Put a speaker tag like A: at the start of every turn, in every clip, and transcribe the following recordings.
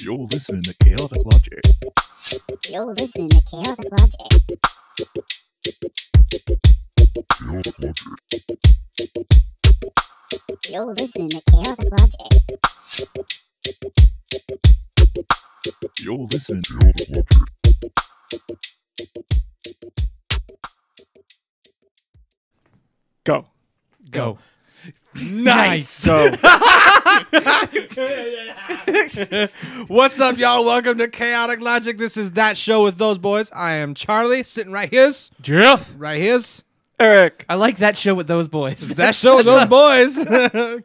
A: You're listening to Chaotic Logic.
B: You're listening to Chaotic Logic.
A: Chaotic Logic.
B: You're listening to Chaotic Logic.
A: You're listening to Chaotic Logic.
C: Go.
D: Go.
C: Nice.
D: Go. What's up, y'all? Welcome to Chaotic Logic. This is that show with those boys. I am Charlie, sitting right here's,
C: Jeff.
D: right here's.
C: Eric. I like that show with those boys.
D: It's that show with those boys.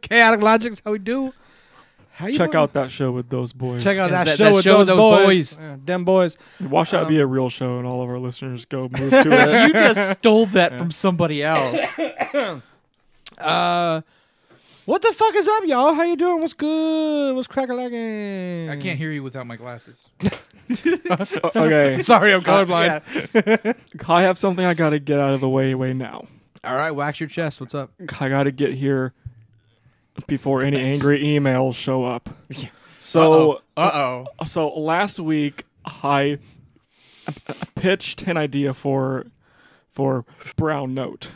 D: Chaotic Logic is how we do. How you
C: Check
D: doing?
C: out that show with those boys.
D: Check out
E: Yeah, that-
D: that, show
E: that
D: with
E: show
D: those,
E: with those Um,
D: boys. Yeah, them boys.
C: Watch that be a real show, and all of our listeners go move to it.
E: you just stole that from somebody else.
D: Uh, what the fuck is up, y'all? How you doing? What's good? What's cracking? I
E: I can't hear you without my glasses.
C: okay.
D: Sorry, I'm colorblind.
C: I have something I got to get out of the way way now.
D: All right, wax your chest. What's up?
C: I got to get here before any angry emails show up. So,
D: Uh oh.
C: so last week I pitched an idea for for Brown Note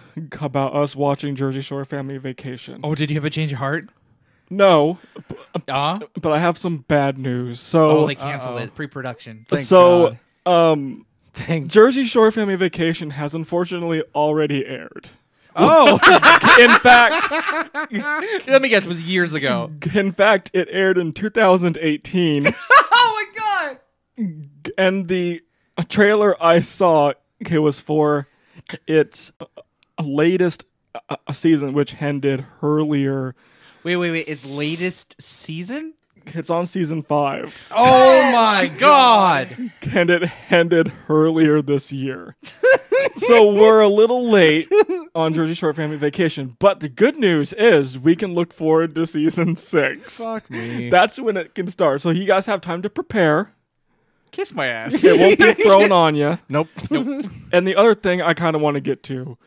C: about us watching Jersey Shore Family Vacation.
E: Oh, did you have a change of heart?
C: No,
E: Ah,
C: but I have some bad news. So,
E: oh, they canceled it. Pre-production.
D: Thank
C: so um,
D: Thank.
C: Jersey Shore Family Vacation has unfortunately already aired.
D: Oh,
C: In fact,
E: Let me guess. It was years ago.
C: in fact, it aired in 2018,
E: oh my god.
C: and the trailer I saw it was for its latest uh, uh, season, which ended earlier.
E: Wait, wait, wait. It's latest season.
C: It's on season five,
E: Oh my god.
C: and it ended earlier this year. so we're a little late on Jersey Shore Family Vacation, but the good news is we can look forward to season six.
D: fuck me.
C: That's when it can start. So you guys have time to prepare.
E: Kiss my ass.
C: It won't be thrown on you.
D: Nope.
C: And the other thing I kind of want to get to,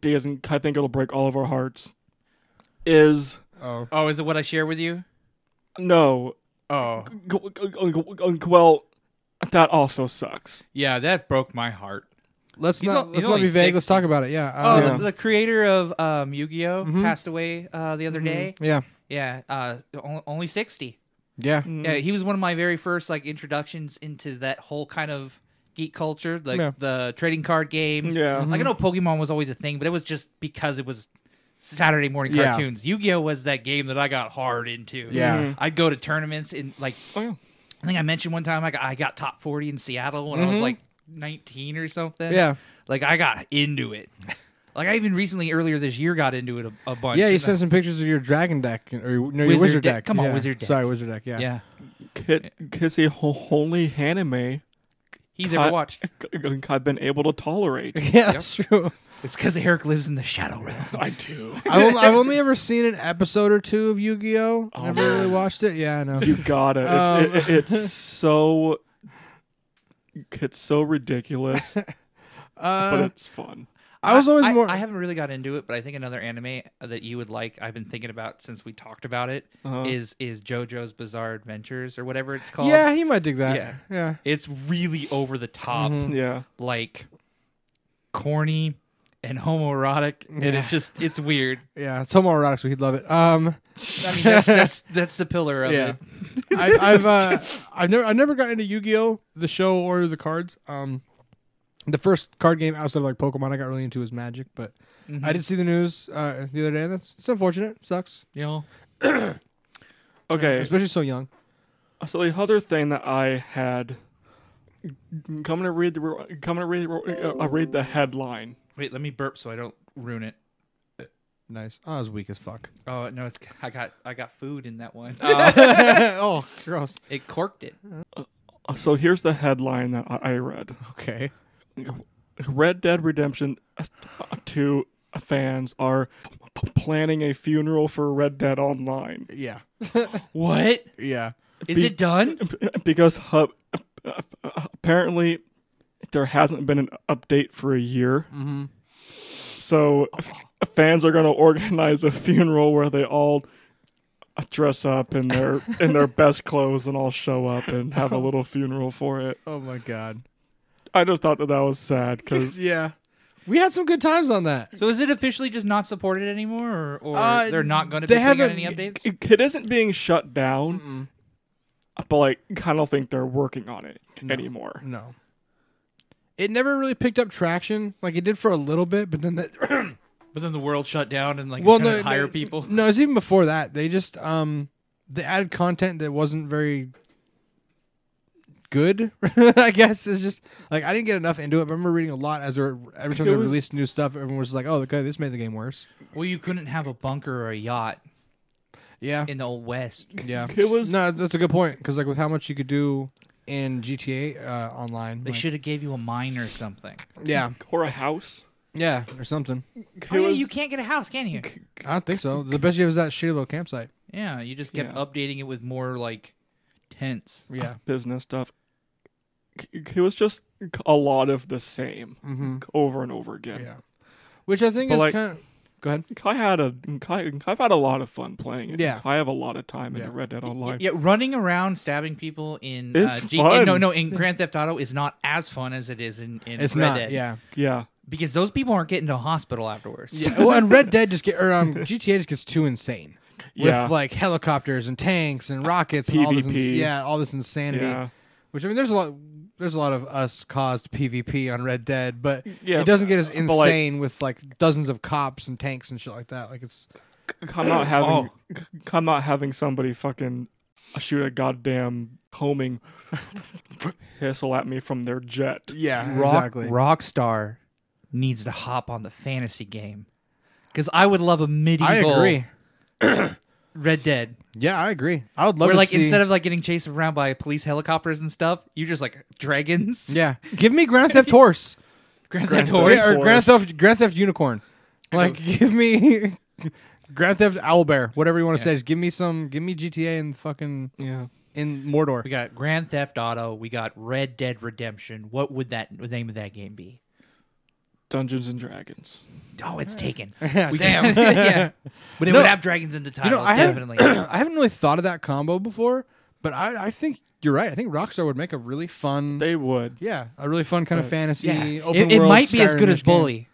C: because I think it'll break all of our hearts, is
D: Oh.
E: Oh, is it what I share with you?
C: no.
E: Oh,
C: G- g- g- g- g- Well, that also sucks.
E: yeah. That broke my heart.
D: Let's
E: He's
D: not
E: al-
D: let's
E: he's
D: not be
E: only
D: vague. Let's
E: 60.
D: talk about it. Yeah. Mm-hmm.
E: Oh,
D: uh,
C: Yeah.
E: the, the creator of um, Yu-Gi-Oh passed away uh, the other day.
D: yeah.
E: Yeah, uh, on- only sixty.
D: Yeah.
E: Yeah, he was one of my very first like introductions into that whole kind of geek culture, like
C: Yeah.
E: the trading card games.
C: Yeah.
E: like
D: Mm-hmm.
E: I know Pokemon was always a thing, but it was just because it was Saturday morning
D: Yeah.
E: cartoons. Yu-Gi-Oh was that game that I got hard into. Mm-hmm.
D: Yeah. Mhm.
E: I'd go to tournaments and like
C: Oh, yeah.
E: I think I mentioned one time I got, I got top forty in Seattle when I was like nineteen or something.
D: Mm-hmm. Yeah.
E: like I got into it. Like I even recently earlier this year got into it a, a bunch.
D: Yeah, you
E: And I-
D: sent some pictures of your dragon deck and- or your, no, your
E: Wizard
D: wizard
E: deck.
D: deck.
E: Come on,
D: Yeah.
E: wizard deck.
D: Sorry, wizard deck. Yeah.
E: yeah.
C: Kit, Kissy, ho- only anime
E: He's
C: I-
E: ever watched.
C: g- g- I've been able to tolerate.
D: Yeah, that's true.
E: It's because Eric lives in the shadow realm.
C: I do.
D: I've, only, I've only ever seen an episode or two of Yu Gi Oh. Never really watched it. Yeah, I know.
C: You gotta. It's, it- it, it's so. It's so ridiculous, but
D: Uh,
C: it's fun.
D: I was always
E: I,
D: more.
E: I haven't really got into it, but I think another anime that you would like. I've been thinking about since we talked about it is
C: Uh-huh.
E: is JoJo's Bizarre Adventures or whatever it's called.
D: yeah, he might dig that.
E: Yeah.
D: Yeah.
E: it's really over the top,
C: Yeah.
E: like corny and homoerotic, and it just it's weird.
D: Yeah, it's homoerotic, so he'd love it. Um,
E: I mean, that's that's, that's the pillar of
D: yeah,
E: it.
D: I, I've uh, I've never I've never gotten into Yu Gi Oh the show or the cards. Um, the first card game outside of like Pokemon I got really into was Magic, but I did see the news uh, the other day. and That's it's unfortunate. Sucks,
E: You know,
C: Okay.
D: especially so young.
C: So the other thing that I had coming to read the coming to read the- uh, read the headline.
E: wait, let me burp so I don't ruin it.
D: Nice. Oh, I was weak as fuck.
E: Oh no, it's I got I got food in that one. Uh,
D: oh, gross.
E: it corked it.
C: Uh, So here's the headline that I I read:
D: Okay.
C: Red Dead Redemption uh, Two fans are p- planning a funeral for Red Dead Online
D: Yeah.
E: What
D: Yeah.
E: is it done?
C: because uh, apparently there hasn't been an update for a year. So f- fans are going to organize a funeral where they all dress up in their in their best clothes and all show up and have a little funeral for it.
D: Oh my god.
C: I just thought that that was sad because
D: Yeah. We had some good times on that.
E: So is it officially just not supported anymore, or, or
D: Uh,
E: they're not going to
D: they
E: be putting out
D: haven't-
E: any updates?
C: it, it isn't being shut down, but like I don't think they're working on it anymore.
D: No. It never really picked up traction. Like it did for a little bit, but then that
E: But then the world shut down and like
D: well,
E: couldn't
D: no,
E: hire
D: no,
E: people.
D: No, it's even before that. They just um they added content that wasn't very good. I guess it's just like I didn't get enough into it. But I remember reading a lot as they were, every time
C: It
D: they
C: was-
D: released new stuff, everyone was like, "Oh, okay, this made the game worse."
E: Well, you couldn't have a bunker or a yacht
D: Yeah,
E: in the old west.
D: yeah.
C: It was-
D: no, that's a good point because like with how much you could do in GTA uh, online,
E: They
D: like-
E: should have gave you a mine or something.
D: yeah,
C: Or a house.
D: yeah, or something.
C: It
E: Oh, yeah,
C: was-
E: you can't get a house, can you?
D: I don't think so. The best you have is that shitty little campsite.
E: Yeah, you just kept
C: Yeah.
E: updating it with more like tents.
D: Yeah,
C: business stuff. It was just a lot of the same
D: mm-hmm.
C: over and over again.
D: yeah. Which I think
C: But,
D: is
C: like-
D: kind of. Go ahead.
C: I had a, I, I've had a lot of fun playing it.
D: Yeah.
C: I have a lot of time in
D: Yeah.
C: Red Dead Online.
E: Yeah, running around stabbing people in
C: It's
E: uh,
C: fun.
E: no no in Grand Theft Auto is not as fun as it is in, in
D: It's
E: Red
D: not.
E: Dead.
D: Yeah.
C: Yeah,
E: because those people aren't getting to a hospital afterwards.
D: Yeah, well, and Red Dead just get or um, GTA just gets too insane
C: Yeah.
D: with like helicopters and tanks and rockets and all this, ins-
C: PvP.
D: yeah, all this insanity.
C: Yeah.
D: Which I mean, there's a lot, there's a lot of us caused PvP on Red Dead, but
C: Yeah,
D: it doesn't get as
C: but, like-
D: insane with like dozens of cops and tanks and shit like that. Like it's
C: I'm not
D: Oh.
C: having I'm not having somebody fucking shoot a goddamn homing whistle at me from their jet.
D: yeah,
E: Rock, Rockstar needs to hop on the fantasy game because I would love a
D: I
E: medieval
D: agree.
E: Red Dead
D: Yeah, I agree. I would love
E: where
D: to
E: like
D: see.
E: instead of like getting chased around by police helicopters and stuff, you just like dragons.
D: yeah, give me Grand Theft Horse,
E: Grand
C: Grand
E: Theft
C: Theft.
E: Horse.
D: Yeah, or Grand
C: Horse.
D: Theft Grand Theft Unicorn. Like, give me Grand Theft Owlbear, whatever you want to say. Just give me some, give me GTA and fucking
C: Yeah.
D: in Mordor.
E: We got Grand Theft Auto. We got Red Dead Redemption. What would that the name of that game be?
C: Dungeons and Dragons.
E: Oh, it's taken.
D: Yeah,
E: We Damn. yeah. But it
D: No.
E: would have dragons in the title.
D: I haven't,
E: definitely.
D: I haven't really thought of that combo before, but I, I think you're right. I think Rockstar would make a really fun,
C: They would.
D: yeah, a really fun kind of fantasy
E: yeah.
D: open
E: it, it
D: world
E: might be as good
D: Skyrim-ish
E: as Bully.
D: game.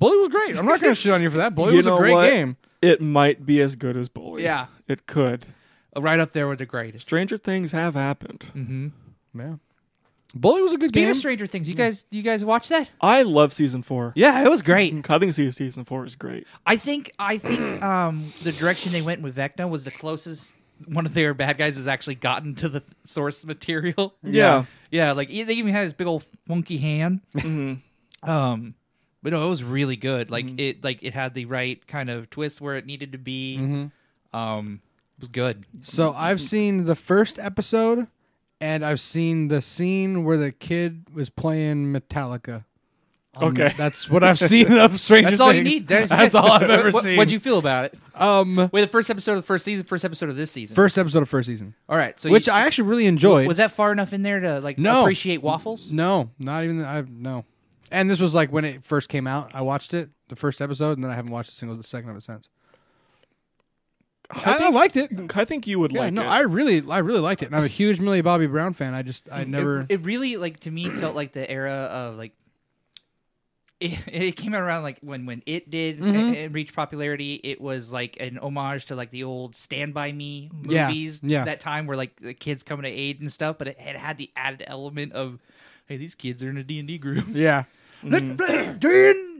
D: Bully was great. I'm not going to shit on you for that. Bully
C: You
D: was a
C: know
D: great
C: what?
D: game.
C: It might be as good as Bully.
E: Yeah.
C: It could.
E: uh, Right up there with the greatest.
C: Stranger things have happened.
E: Mm-hmm.
D: Yeah, Bully was a good
E: Speaking
D: game.
E: of Stranger Things, you guys, you guys watch that?
C: I love season four.
E: Yeah, it was great.
C: I think se- season four is great.
E: I think, I think um, the direction they went with Vecna was the closest one of their bad guys has actually gotten to the source material.
C: Yeah.
E: yeah. Like e- they even had his big old funky hand.
D: Mm-hmm.
E: Um, but no, it was really good. Like it, like it had the right kind of twist where it needed to be.
D: Mm-hmm.
E: Um, it was good.
D: so I've seen the first episode, and I've seen the scene where the kid was playing Metallica. Um,
C: Okay.
D: that's what I've seen of Stranger
E: That's
D: Things.
E: all you need. There's-
D: That's all I've ever
E: What-
D: seen.
E: What'd you feel about it?
D: um,
E: Wait, the first episode of the first season, first episode of this season.
D: first episode of first season.
E: All right, so
D: which
E: you-
D: I actually really enjoyed.
E: was that far enough in there to like
D: No.
E: appreciate waffles.
D: No, not even. I no. And this was like when it first came out. I watched it, the first episode, and then I haven't watched a single second of it since. I, I liked it.
C: I think you would
D: Yeah,
C: like
D: no,
C: it.
D: I really, I really liked it. And I'm a huge Millie Bobby Brown fan. I just, I never.
E: It, it really like to me felt like the era of like. It, it came out around like when when it did and, reach popularity. It was like an homage to like the old Stand by Me
D: Yeah,
E: movies.
D: yeah.
E: that time where like the kids coming to aid and stuff, but it, it had the added element of, hey, these kids are in a D and D group.
D: yeah. D and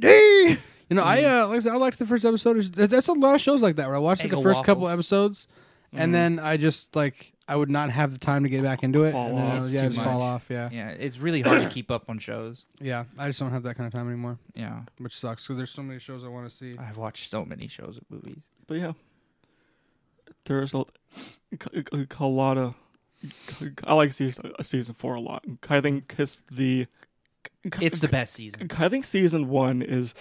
D: D. You know, I
E: Mm.
D: uh, like I said, I liked the first episode. It's- that- That's a lot of shows like that where I watched like, the
E: Eggo
D: first couple
E: waffles. Mm-hmm.
D: episodes, and then I just like I would not have the time to get back into it,
C: Fall
D: and then I
C: off.
D: would-
E: It's
D: yeah,
E: too
D: just fall
E: much.
D: off. Yeah. yeah,
E: Yeah, it's really hard to keep up on shows.
D: I just don't have that kind of time anymore,
E: Yeah,
D: which sucks because there's so many shows I want to see.
E: I've watched so many shows and movies.
C: But yeah, there's a, a, a lot of. I like season season four a lot. I think it's the.
E: It's the best season.
C: I think season one is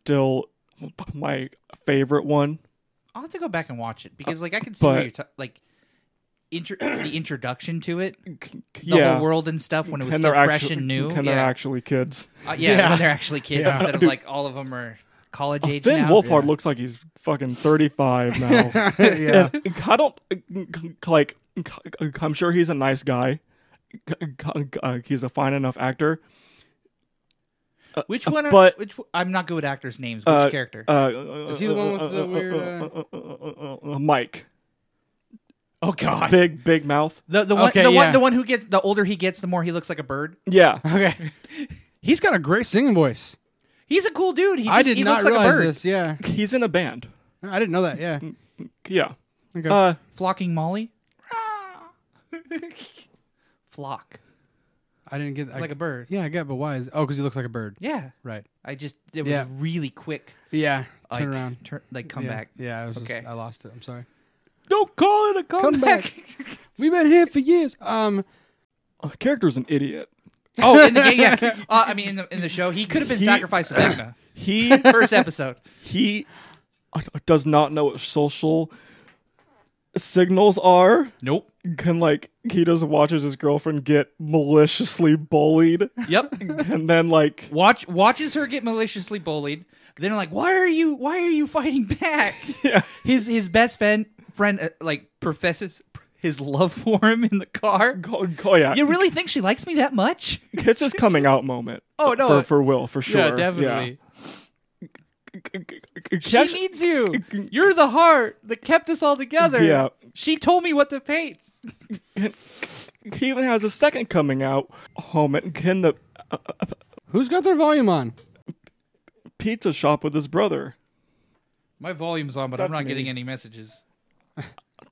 C: still my favorite one.
E: I'll have to go back and watch it because, like, I can see
C: Uh, but-
E: where you're ta- like intro- the introduction to it, the
C: yeah,
E: whole world and stuff when it was
C: and
E: still
C: they're
E: fresh
C: actually
E: and new.
C: and they're
E: yeah.
C: actually kids.
E: Uh, yeah,
D: Yeah.
E: when they're actually kids instead of like all of them are college age
C: Uh, Finn
E: now.
C: Wolfhard looks like he's fucking 35 now.
D: yeah.
C: And I don't like. I'm sure he's a nice guy. Uh, He's a fine enough actor.
E: Which one? Are,
C: but-
E: which one- I'm not good with actors' names. Which
C: Uh,
E: character?
C: Uh,
D: Is he the one with the weird,
C: Uh... Mike,
E: oh God.
C: big big mouth.
E: The the one
D: Okay,
E: the
D: yeah.
E: one the one who gets the older he gets, the more he looks like a bird.
C: Yeah,
D: Okay. He's got a great singing voice.
E: He's a cool dude. He just,
D: I did
E: he
D: not
E: looks like
D: realize
E: a bird. Mm.
D: this. Yeah.
C: he's in a band.
D: I didn't know that. Yeah.
C: Yeah.
D: Okay.
C: Uh,
E: Flocking Molly. Flock
D: I didn't get I,
E: like a bird.
D: Yeah, I get. But why is? Oh, because he looks like a bird.
E: Yeah.
D: Right.
E: I just it was
D: Yeah.
E: a really quick
D: Yeah.
E: like,
D: Turn around.
E: turn, like come
D: yeah.
E: back.
D: Yeah. I was
E: Okay.
D: Just, I lost it. I'm sorry.
C: don't call it a
D: Come
C: comeback.
D: back. We've been here for years. Um.
C: Uh, character's an idiot.
E: Oh, in the, yeah, yeah. Uh, I mean, in the, in the show, he could have been sacrificed to Vecna.
C: He
E: First episode.
C: he uh, does not know what social signals are.
E: Nope.
C: Can like he just watches his girlfriend get maliciously bullied,
E: Yep.
C: and then like
E: Watch watches her get maliciously bullied. Then like, why are you why are you fighting back?
C: yeah,
E: His his best friend friend uh, like professes his love for him in the car.
C: oh, oh yeah,
E: You really think she likes me that much?
C: it's his coming out moment.
E: Oh, no.
C: for, for Will for sure.
E: Yeah, definitely.
C: Yeah.
E: She needs you. You're the heart that kept us all together.
C: Yeah.
E: She told me what to paint.
C: he even has a second coming out moment in the uh,
D: Who's got their volume on?
C: pizza shop with his brother.
E: My volume's on, but I'm
C: That's
E: not
C: me.
E: getting any messages.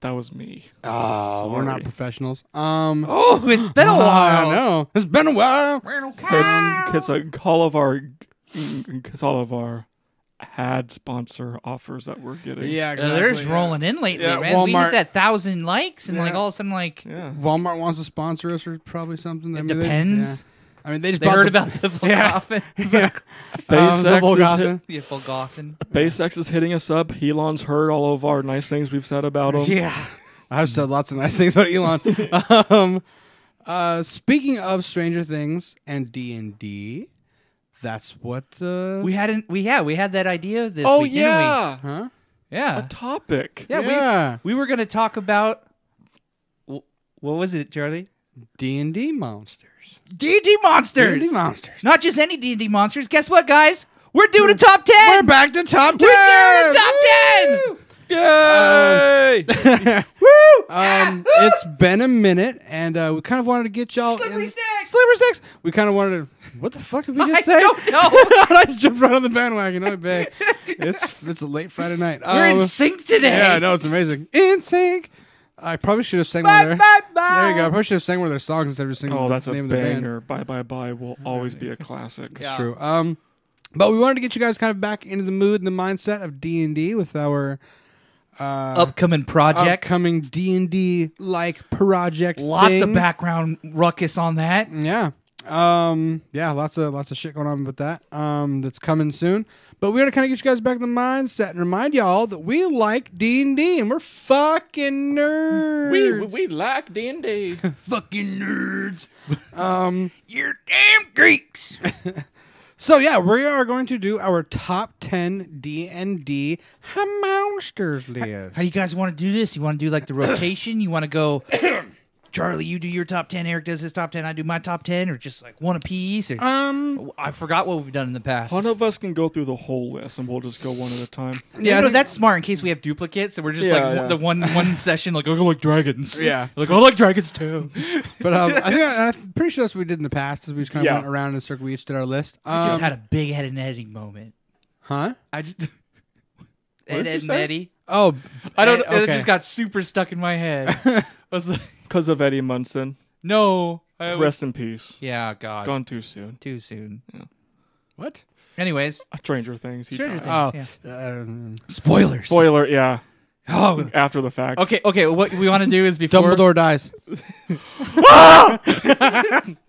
C: That was me.
D: Oh, we're not
C: sorry.
D: professionals. Um.
E: Oh, it's been a
D: I
E: while.
D: don't know. It's been a while.
C: It's, it's like uh, all of our, it's all of our ad sponsor offers that we're getting.
D: Yeah.
E: Uh,
D: Exactly,
E: they're just
D: yeah.
E: rolling in lately,
D: Yeah,
E: man. We
D: Walmart.
E: hit that thousand likes, and like
D: Yeah.
E: all of a sudden, like
C: Yeah.
D: Walmart wants to sponsor us or probably something. I mean, they-
E: depends.
D: yeah. I mean, they just
E: they
D: bought
E: heard
D: the-
E: about the Volkoffin.
D: Yeah.
C: SpaceX
D: Um, the
C: is
D: Volgotha.
E: the Volkoffin.
C: SpaceX is hitting us up. Elon's heard all of our nice things we've said about him.
D: Yeah. I've said lots of nice things about Elon. um, uh, speaking of Stranger Things and D and D, that's what. Uh,
E: We hadn't. We yeah. We had that idea this
C: Oh
E: week,
C: yeah,
D: huh?
E: didn't we? Yeah.
C: a topic.
E: yeah.
D: Yeah.
E: We we were gonna talk about wh- what was it, Charlie?
D: D and D monsters.
E: D and D monsters.
D: D&D monsters.
E: Not just any D and D monsters. Guess what, guys? We're doing a top 10
D: We're back to top ten.
E: We're doing a top ten.
D: Um,
C: Yay!
D: Woo!
E: Ah!
D: Um, it's been a minute, and uh, we kind of wanted to get y'all.
E: Slippery
D: in-
E: snakes!
D: Slippery sticks. We kind of wanted to. What the fuck did we just
E: I
D: say?
E: don't know.
D: I just jumped right on the bandwagon. I bet. It's it's a late Friday night.
E: We're in
D: Um,
E: sync today.
D: Yeah, no, it's amazing. In sync. I probably should have sang one
E: Bye,
D: of their.
E: bye, bye.
D: There you go. I probably should have sang one of their songs instead of just singing
C: Oh,
D: the
C: that's a
D: name of the band.
C: banger. Bye bye bye will always be a classic.
E: Yeah.
D: It's true. Um, but we wanted to get you guys kind of back into the mood and the mindset of D and D with our
E: Upcoming project.
D: upcoming D and D like project.
E: Lots
D: thing.
E: of background ruckus on that.
D: Yeah. Um. Yeah. Lots of lots of shit going on with that. Um. That's coming soon. But we want to kind of get you guys back in the mindset and remind y'all that we like D and D and we're fucking nerds.
C: like D and D.
E: Fucking nerds.
D: um.
E: You're damn Greeks.
D: So yeah, we are going to do our top ten D and D monsters list.
E: How you guys want to do this? You want to do like the rotation? You want to go, Charlie, you do your top 10, Eric does his top 10, I do my top 10, or just like one apiece? Or,
D: Um.
E: I forgot what we've done in the past.
C: One of us can go through the whole list, and we'll just go one at a time.
E: yeah,
D: I
E: no,
D: think-
E: that's smart in case we have duplicates and we're just
C: Yeah,
E: like
C: yeah.
E: the one one session like "Oh, I like dragons.
D: Yeah.
E: Like I like dragons too.
D: But um, I think I, I'm pretty sure that's what we did in the past. Is we just kind of
C: Yeah.
D: went around in a circle. We each did our list.
E: I
D: Um,
E: just had a big head and editing moment.
D: huh?
E: I just Ed,
C: you
E: Ed and
C: say?
E: Eddie.
D: Oh,
E: I don't.
D: eh,
E: know. It
D: okay.
E: just got super stuck in my head. I was like,
C: Because of Eddie Munson,
E: no. I was-
C: rest in peace.
E: yeah, God.
C: Gone too soon. Uh,
E: Too soon.
D: what?
E: Anyways,
C: Stranger Things. he
E: Stranger
C: died.
E: Things.
D: Oh,
E: yeah.
D: um,
E: spoilers.
C: Spoiler, yeah.
E: Oh.
C: After the fact.
E: Okay. Okay. What we want to do is before
D: Dumbledore dies.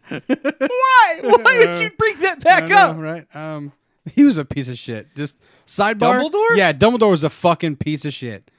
E: Why? Why would you bring that back
D: I know,
E: up?
D: right? Um, he was a piece of shit. Just sidebar.
E: Dumbledore?
D: Yeah, Dumbledore was a fucking piece of shit,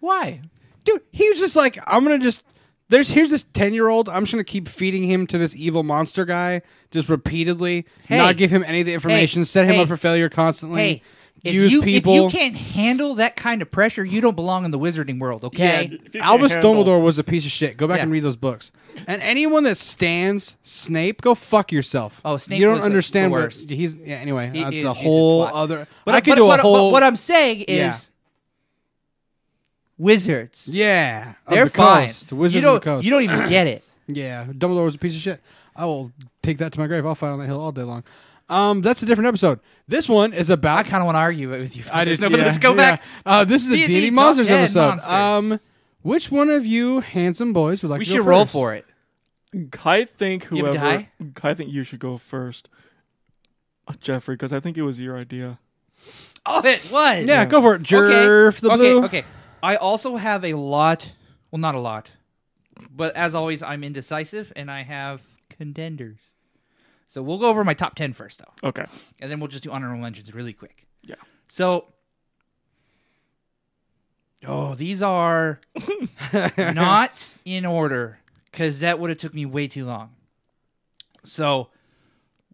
E: Why?
D: dude. He was just like, I'm gonna just. There's here's this ten year old. I'm just gonna keep feeding him to this evil monster guy, just repeatedly,
E: Hey.
D: not give him any of the information, set him
E: Hey.
D: up for failure constantly.
E: Hey. If
D: use
E: you,
D: people.
E: If you can't handle that kind of pressure, you don't belong in the wizarding world, okay?
C: If you can't
D: Albus
C: handle-
D: Dumbledore was a piece of shit. Go back
E: Yeah.
D: and read those books. And anyone that stands Snape, go fuck yourself.
E: Oh, Snape
D: You don't
E: was the-
D: understand
E: the
D: where
E: worst.
D: he's. Yeah. Anyway,
E: He
D: that's
E: is-
D: a
E: he's
D: whole
E: twat.
D: other.
E: But
D: I could
E: but-
D: do a
E: but- but
D: whole.
E: what I'm saying is
D: Yeah.
E: wizards.
D: yeah, of
E: They're
D: the
E: fine.
D: Coast, Wizards
E: you
D: of
E: don't,
D: the coast.
E: You don't even get it.
D: Yeah, Dumbledore was a piece of shit. I will take that to my grave. I'll fight on that hill all day long. Um, that's a different episode. This one is about.
E: I kind of want to argue it with you.
D: I
E: just
D: just-
E: no, but
D: yeah,
E: let's go
D: yeah.
E: back.
D: Uh, this is a
E: D&D
D: D&D
E: Top
D: Monsters
E: 10
D: episode.
E: monsters.
D: Um, which one of you handsome boys would like
E: We
D: to go
E: should roll
D: first?
E: for it.
C: I think
E: You have a
C: whoever. I think you should go first, uh, Jeffrey, because I think it was your idea.
E: Oh, it was.
D: Yeah, go for it. Jerf
E: okay.
D: the
E: okay,
D: blue.
E: Okay. I also have a lot. Well, not a lot, but as always, I'm indecisive, and I have contenders. So we'll go over my top ten first, though,
C: Okay.
E: and then we'll just do honorable mentions really quick.
C: Yeah.
E: So. Oh, these are not in order because that would have took me way too long. So,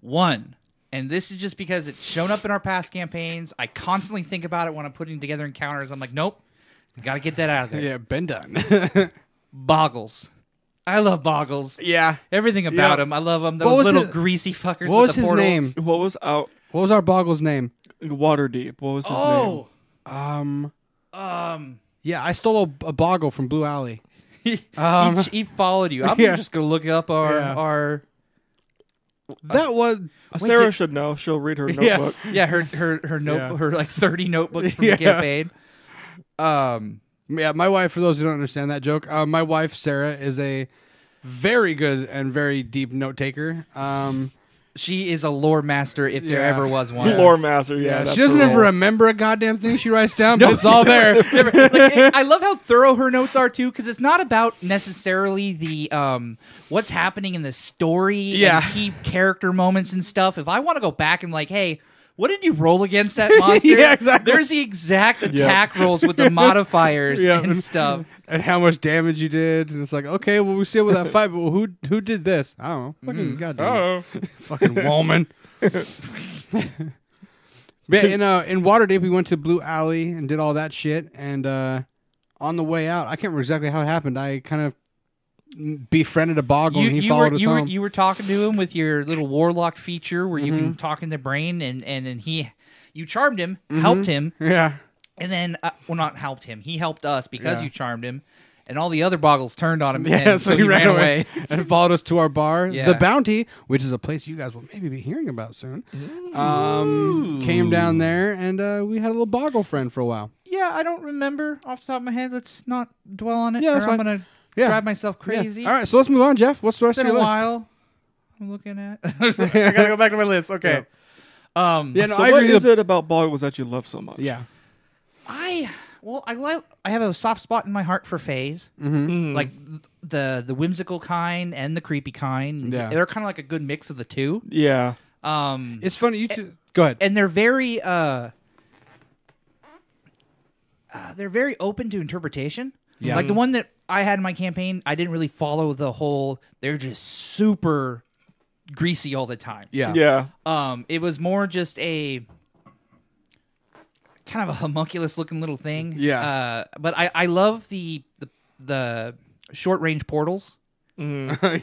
E: one, and this is just because it's shown up in our past campaigns. I constantly think about it when I'm putting together encounters. I'm like, nope, got to get that out of there.
D: Yeah, been done.
E: Boggles. I love Boggles.
D: yeah.
E: Everything about
D: Yeah.
E: him, I love him. Those
D: What was
E: little
D: his-
E: greasy fuckers.
D: What
E: with
D: was
E: the
D: his
E: portals.
D: name?
C: What was out?
D: What was our boggle's name?
C: Waterdeep. What was his name?
E: Oh,
D: Um,
E: um,
D: yeah, I stole a, a boggle from Blue Alley.
E: he,
D: Um,
E: he followed you. I'm
D: yeah.
E: just gonna look up our
D: Yeah.
E: our Uh,
D: That was Wait,
C: Sarah
D: did-
C: should know. She'll read her
D: Yeah.
C: notebook.
E: yeah her her her note
D: Yeah.
E: her like 30 notebooks from
D: Yeah.
E: the campaign. Um,
D: Yeah, my wife. For those who don't understand that joke, uh, my wife Sarah is a very good and very deep note taker. Um,
E: she is a lore master if there
D: Yeah.
E: ever was one.
C: Lore master. Yeah.
D: yeah,
C: that's
D: she doesn't
C: her
D: ever
C: role.
D: remember a goddamn thing she writes down, but it's all there.
E: Like, it- I love how thorough her notes are too, because it's not about necessarily the um what's happening in the story,
D: Yeah.
E: and key character moments and stuff. If I want to go back and like, hey, what did you roll against that monster?
D: Yeah, exactly.
E: There's the exact attack rolls with the modifiers
D: Yeah.
E: and stuff.
D: and how much damage you did, and it's like, okay, well, we see with that fight, but who who did this? I don't know. Fucking
E: Mm-hmm.
D: goddamn.
C: Oh.
D: fucking woman. but in uh, in Waterdeep, we went to Blue Alley and did all that shit. And uh, on the way out, I can't remember exactly how it happened. I kind of befriended a boggle,
E: You,
D: and he
E: you
D: followed
E: were
D: us
E: you were,
D: home. Mm-hmm.
E: you were talking to him with your little warlock feature where you can talk in the brain, and and and he, you charmed him,
D: Mm-hmm.
E: helped him,
D: yeah,
E: and then uh, well not helped him he helped us because
D: Yeah.
E: you charmed him and all the other boggles turned on him
D: yeah.
E: and so, he ran, away,
D: and followed us to our bar,
E: Yeah.
D: the Bounty, which is a place you guys will maybe be hearing about soon. Um, came down there, and uh, we had a little boggle friend for a while.
E: yeah i don't remember off the top of my head let's not dwell on it
D: Yeah,
E: or
D: that's
E: i'm
D: fine.
E: gonna
D: Yeah.
E: drive myself
D: Yeah.
E: crazy
D: All right, so let's move on, Jeff. What's the rest
E: it's been
D: of
E: a
D: your list?
E: while i'm looking at i gotta go back to my list okay um
D: Yeah, no,
C: so
D: I
C: what
D: agree.
C: is
D: the-
C: it about Boggles that you love so much?
D: Yeah.
E: i well i like i have a soft spot in my heart for phase
D: Mm-hmm.
C: Mm.
E: like th- the the whimsical kind and the creepy kind
D: Yeah.
E: they're kind of like a good mix of the two
C: Yeah.
E: um
D: It's funny. You two. Go ahead.
E: and they're very uh, uh they're very open to interpretation.
D: Yeah. Mm-hmm.
E: Like the one that I had in my campaign, I didn't really follow the whole they're just super greasy all the time.
D: Yeah.
C: Yeah.
E: Um it was more just a kind of a homunculus looking little thing.
D: Yeah.
E: Uh but I I love the the, the short range portals
C: Mm.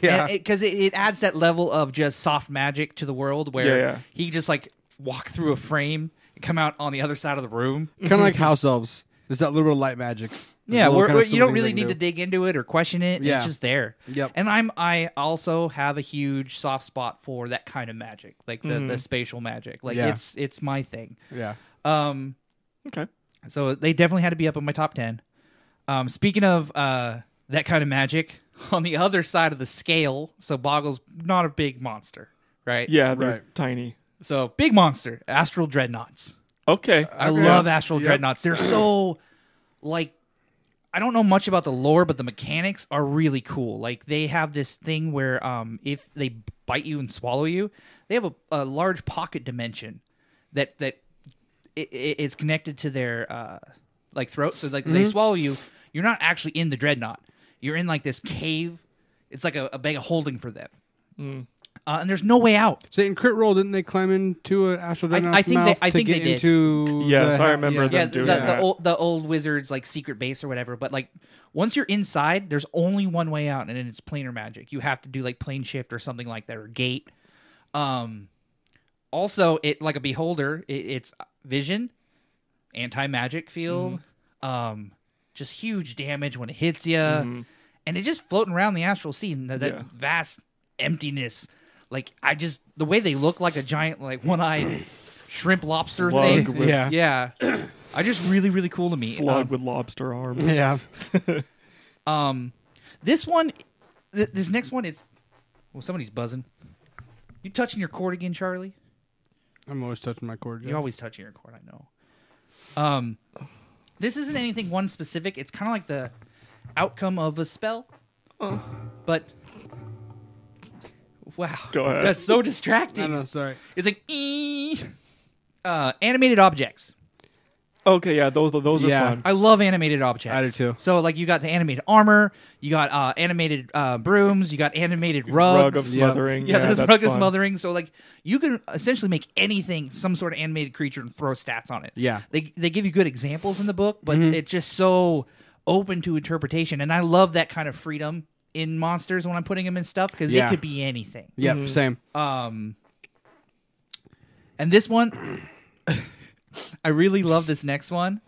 D: yeah.
E: because it, it adds that level of just soft magic to the world where
C: Yeah, yeah.
E: he just like walk through a frame and come out on the other side of the room.
D: kind of like house elves. There's that little bit of light magic.
E: Yeah,
D: Little
E: where,
D: kinda
E: where you don't
D: silly
E: really
D: thing
E: need to
D: do.
E: dig into it or question it.
D: Yeah.
E: It's just there.
D: Yep.
E: And I'm I also have a huge soft spot for that kind of magic, like the, the spatial magic. Like
D: Mm-hmm. Yeah.
E: it's it's my thing.
D: Yeah.
E: Um,
C: Okay.
E: so they definitely had to be up in my top ten. Um, speaking of uh, that kind of magic, on the other side of the scale, so Boggle's not a big monster, right?
C: Yeah. They're
D: Right.
C: tiny.
E: So big monster, astral dreadnoughts.
C: Okay.
E: I love astral dreadnoughts. They're so like I don't know much about the lore, but the mechanics are really cool. Like they have this thing where um if they bite you and swallow you, they have a, a large pocket dimension that that i- i- is connected to their uh like throat. So like they swallow you, you're not actually in the dreadnought. You're in like this cave. It's like a, a bag of holding for them. uh, and there's no way out.
D: So in crit roll, didn't they climb into an astral
E: I- I
D: dreadnought's
E: think they-
D: mouth
E: I
D: to
E: think
D: get
E: they did.
D: into?
C: Yes,
D: the-
C: I remember them
E: Yeah, the, the,
C: do that.
E: the old the old wizard's like secret base or whatever. But like once you're inside, there's only one way out, and then it's planar magic. You have to do like plane shift or something like that or gate. Um, also, it like a beholder, it, it's vision, anti magic field,
C: Mm-hmm.
E: um, just huge damage when it hits you, and it's just floating around the astral sea in that, that
C: Yeah.
E: vast emptiness. Like I just the way they look like a giant like one eyed shrimp lobster
C: Slug
E: thing.
C: with,
D: Yeah.
E: Yeah. I just really, really cool to me.
C: slug
E: Um,
C: with lobster arms.
D: Yeah.
E: um, this one, th- this next one, it's well, somebody's buzzing. You touching your cord again, Charlie?
D: I'm always touching my cord.
E: You
D: yeah.
E: always touching your cord, I know. Um, this isn't anything one specific. It's kind of like the outcome of a spell,
D: Oh.
E: but wow,
C: Go ahead.
E: that's so
D: I
E: distracting.
D: know. Sorry.
E: It's like "Ee." uh, animated objects.
C: Okay, yeah, those those
D: Yeah.
C: are fun.
E: I love animated objects.
D: I do too.
E: So like you got the animated armor, you got uh, animated uh, brooms, you got animated rugs.
C: Rug of
D: yeah.
C: smothering.
E: yeah, that's, rug of
C: fun.
E: smothering. So like you can essentially make anything some sort of animated creature and throw stats on it.
D: Yeah. Mm-hmm.
E: They they give you good examples in the book, but it's just so open to interpretation and I love that kind of freedom in monsters when I'm putting them in stuff cuz
D: Yeah.
E: it could be anything.
D: Yep. Same.
E: Um, and this one, I really love this next one.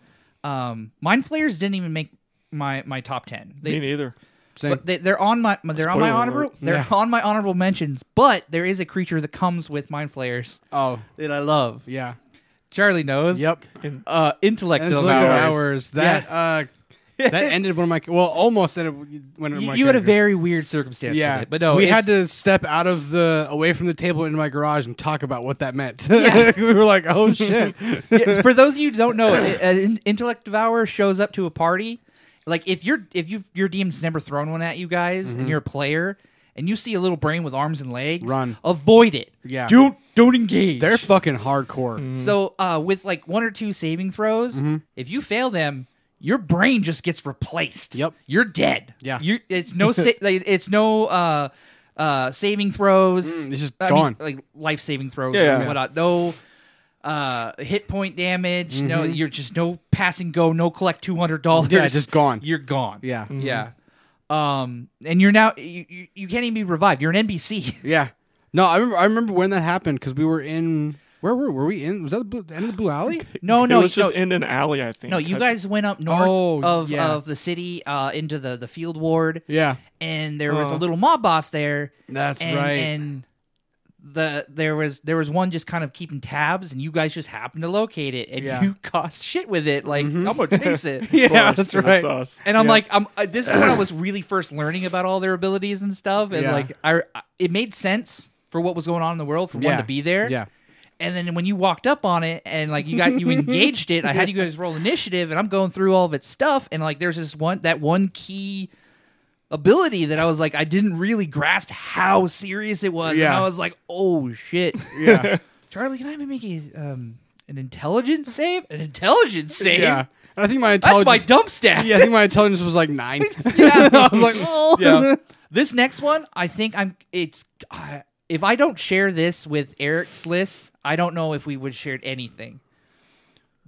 E: Um, Mind Flayers didn't even make my my top ten.
C: Me
E: They,
C: neither.
D: Same.
E: but they, they're on my they're on my
C: Spoiler
E: honorable
C: alert.
E: they're
D: Yeah.
E: on my honorable mentions. But there is a creature that comes with Mind Flayers
D: oh.
E: that I love.
D: Yeah.
E: Charlie knows.
D: Yep.
E: Uh, intellect
D: And it's
E: of
D: like hours.
E: hours.
D: That uh, that ended one of my well almost ended when
E: You, you had a very weird circumstance. with
D: yeah.
E: it, but no,
D: we
E: it's-
D: had to step out of the away from the table into my garage and talk about what that meant. we were like, oh shit.
E: Yeah, for those of you who don't know, it- an intellect devourer shows up to a party. Like if you're if you your DM's never thrown one at you guys
D: Mm-hmm.
E: and you're a player and you see a little brain with arms and legs,
D: Run.
E: avoid it.
D: Yeah.
E: don't don't engage.
D: They're fucking hardcore.
E: so uh, with like one or two saving throws,
D: Mm-hmm.
E: if you fail them, your brain just gets replaced.
D: Yep.
E: you're dead.
D: Yeah.
E: you it's no sa- like, it's no uh uh saving throws.
D: Mm, it's just
E: I
D: gone.
E: mean, uh, like life saving throws
C: Yeah,
E: and
C: yeah.
E: whatnot. No uh hit point damage. No, you're just no pass and go. No collect two hundred dollars.
D: Mm-hmm. Yeah, just gone.
E: You're gone.
D: Yeah. Mhm.
E: yeah. Um, and you're now you, you, you can't even be revived. You're an NBC.
D: Yeah. No, I remember. I remember when that happened because we were in. Where were were we in? Was that the, blue, the end of the blue alley?
E: No, Oh, no,
C: it was
E: no,
C: just in an alley, I think.
E: no. You
C: I-
E: guys went up north
D: Oh,
E: of
D: yeah.
E: of the city uh into the the field ward.
D: Yeah. Uh-huh.
E: and there was a little mob boss there.
D: That's
E: and,
D: right.
E: And the there was there was one just kind of keeping tabs, and you guys just happened to locate it, and
D: Yeah. Mm-hmm.
E: you caused shit with it. Like I'm gonna chase it.
C: of
D: Yeah,
C: course,
D: that's right.
C: us.
E: And I'm
D: Yeah.
E: like, I'm, uh, this is when I was really first learning about all their abilities and stuff, and
D: Yeah.
E: like, I, I it made sense for what was going on in the world for one
D: Yeah.
E: to be there.
D: Yeah.
E: And then when you walked up on it and like you got you engaged it, I had you guys roll initiative and I'm going through all of its stuff and like there's this one that one key ability that I was like I didn't really grasp how serious it was. And
D: Yeah.
E: I was like, "Oh shit.
D: Yeah.
E: Charlie, can I make a um an intelligence save? An intelligence save?
D: yeah. And I think my
E: That's
D: intelligence.
E: my dump stat."
D: yeah, I think my intelligence was like nine.
E: Yeah.
D: I was like, oh.
C: Yeah.
E: This next one, I think I'm. It's I if I don't share this with Eric's list, I don't know if we would share anything.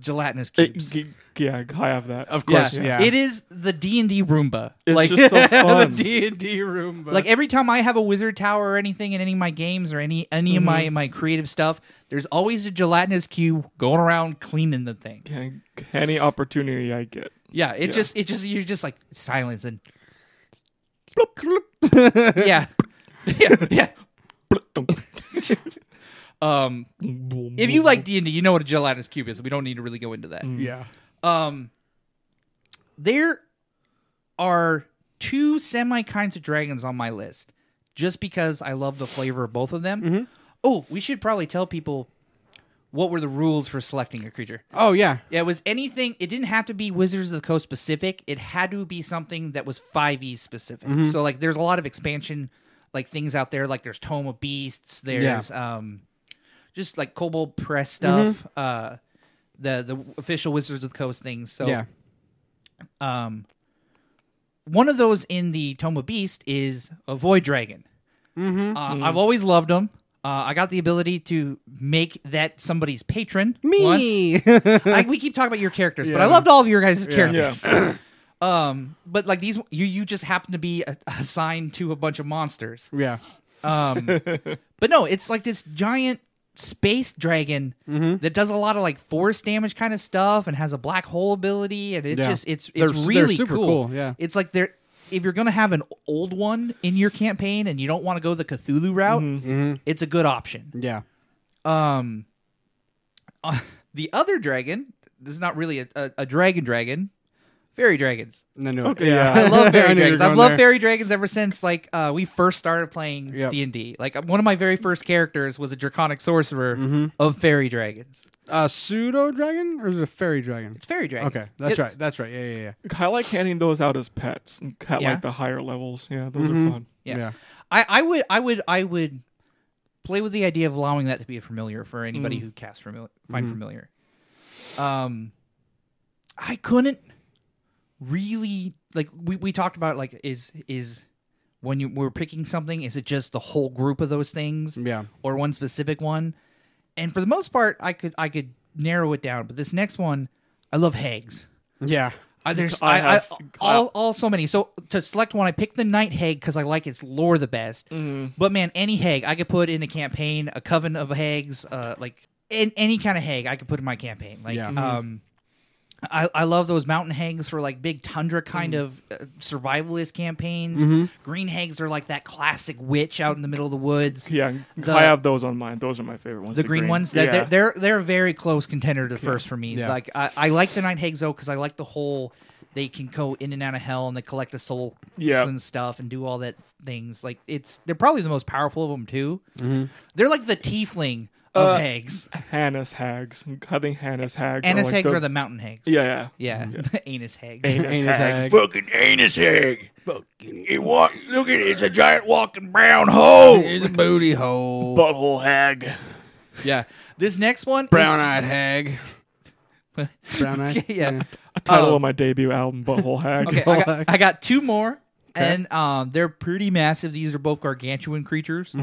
E: Gelatinous
C: It-
E: cubes.
C: g- yeah, I have that.
D: Of course, yeah.
E: It is the D and D Roomba.
C: It's
E: like,
C: just so fun.
D: D and D room. But
E: like every time I have a wizard tower or anything in any of my games or any any of
C: Mm-hmm.
E: my my creative stuff, there's always a gelatinous cube going around cleaning the thing.
C: Can- Any opportunity I get.
E: Yeah, it
C: Yeah.
E: just it just you're just like silence and yeah. yeah, yeah. Um, if you like D and D, you know what a gelatinous cube is. We don't need to really go into that.
D: yeah.
E: Um, there are two semi kinds of dragons on my list, just because I love the flavor of both of them. Oh, we should probably tell people what were the rules for selecting a creature.
D: Oh yeah.
E: Yeah, it was anything. It didn't have to be Wizards of the Coast specific. It had to be something that was 5e specific.
D: Mm-hmm.
E: So like there's a lot of expansion like things out there like there's Tome of Beasts, there's um just like Kobold Press stuff,
D: Mm-hmm.
E: uh the the official Wizards of the Coast things. So
D: Yeah.
E: um one of those in the Tome of Beast is a Void Dragon.
D: Mm-hmm.
E: Uh, I've always loved them. Uh, I got the ability to make that somebody's patron. once.
D: Me.
E: I, we keep talking about your characters, but I
D: Yeah.
E: loved all of your guys'
C: Yeah.
E: characters. Um, but like these, you you just happen to be a, assigned to a bunch of monsters.
D: yeah.
E: Um, but no, it's like this giant space dragon
D: Mm-hmm.
E: that does a lot of like force damage kind of stuff and has a black hole ability, and it's
D: Yeah.
E: just it's
D: They're
E: it's
D: s- they're
E: really
D: super
E: cool.
D: cool, yeah.
E: it's like they're if you're gonna have an old one in your campaign and you don't want to go the Cthulhu route,
D: Mm-hmm.
E: it's a good option.
D: Yeah.
E: Um, uh, the other dragon. This is not really a, a, a dragon dragon. Fairy dragons.
D: No, no.
C: Okay, yeah.
E: I love
D: I
E: fairy
D: knew you were
E: dragons. I've
D: going
E: loved
D: there.
E: fairy dragons ever since like uh, we first started playing
D: Yep.
E: D and D. Like one of my very first characters was a draconic sorcerer
D: Mm-hmm.
E: of fairy dragons.
D: Uh, pseudo dragon or is it a fairy dragon?
E: It's fairy dragon.
D: Okay, that's
E: It's-
D: right. That's right. Yeah, yeah,
C: I like handing those out as pets and at
E: Yeah. Mm-hmm.
C: like the higher levels. Yeah, those are fun.
D: yeah.
E: Yeah. I, I would I would I would play with the idea of allowing that to be a familiar for anybody
C: Mm.
E: who casts familiar find
C: Mm-hmm.
E: familiar. Um I couldn't really like we, we talked about like is is when you we're picking something, is it just the whole group of those things?
C: Mm.
D: Yeah.
E: Or one specific one? And for the most part I could I could narrow it down. But this next one, I love hags.
D: Yeah.
E: Uh, there's
C: I
E: I, I,
C: have-
E: all, all so many. So to select one, I picked the night hag because I like its lore the best.
C: Mm-hmm.
E: But man, any hag I could put in a campaign, a coven of hags, uh, like in, any kind of hag I could put in my campaign. Like,
D: Yeah. Mhm.
E: um, I, I love those mountain hags for like big tundra kind of uh, survivalist campaigns. Green hags are like that classic witch out in the middle of the woods.
C: Yeah,
E: The-
C: I have those on mine. Those are my favorite ones.
E: The green, ones, they're,
C: yeah.
E: they're they're they're a very close contender to first for me.
D: Yeah.
E: Like I, I like the Night Hags though because I like the whole they can go in and out of hell and they collect the soul
C: Yeah.
E: and stuff and do all that things. Like it's they're probably the most powerful of them too. They're like the tiefling of
C: Uh,
E: hags.
C: Hannes hags. I think Hannes hags.
E: Anus
C: like
E: hags are the mountain hags.
C: Yeah, yeah.
E: yeah, anus hags.
D: Anus hag.
F: Fucking anus hag. Fucking it walk. Look at it. It's a giant walking brown hole.
D: It's a booty hole.
C: Butthole hag.
D: yeah.
E: This next one, is-
D: Brown eyed hag. Brown eyed.
E: yeah.
C: Title
E: Oh.
C: of my debut album, Butthole hag.
E: Okay, I got, I got two more, and um, they're pretty massive. These are both gargantuan creatures.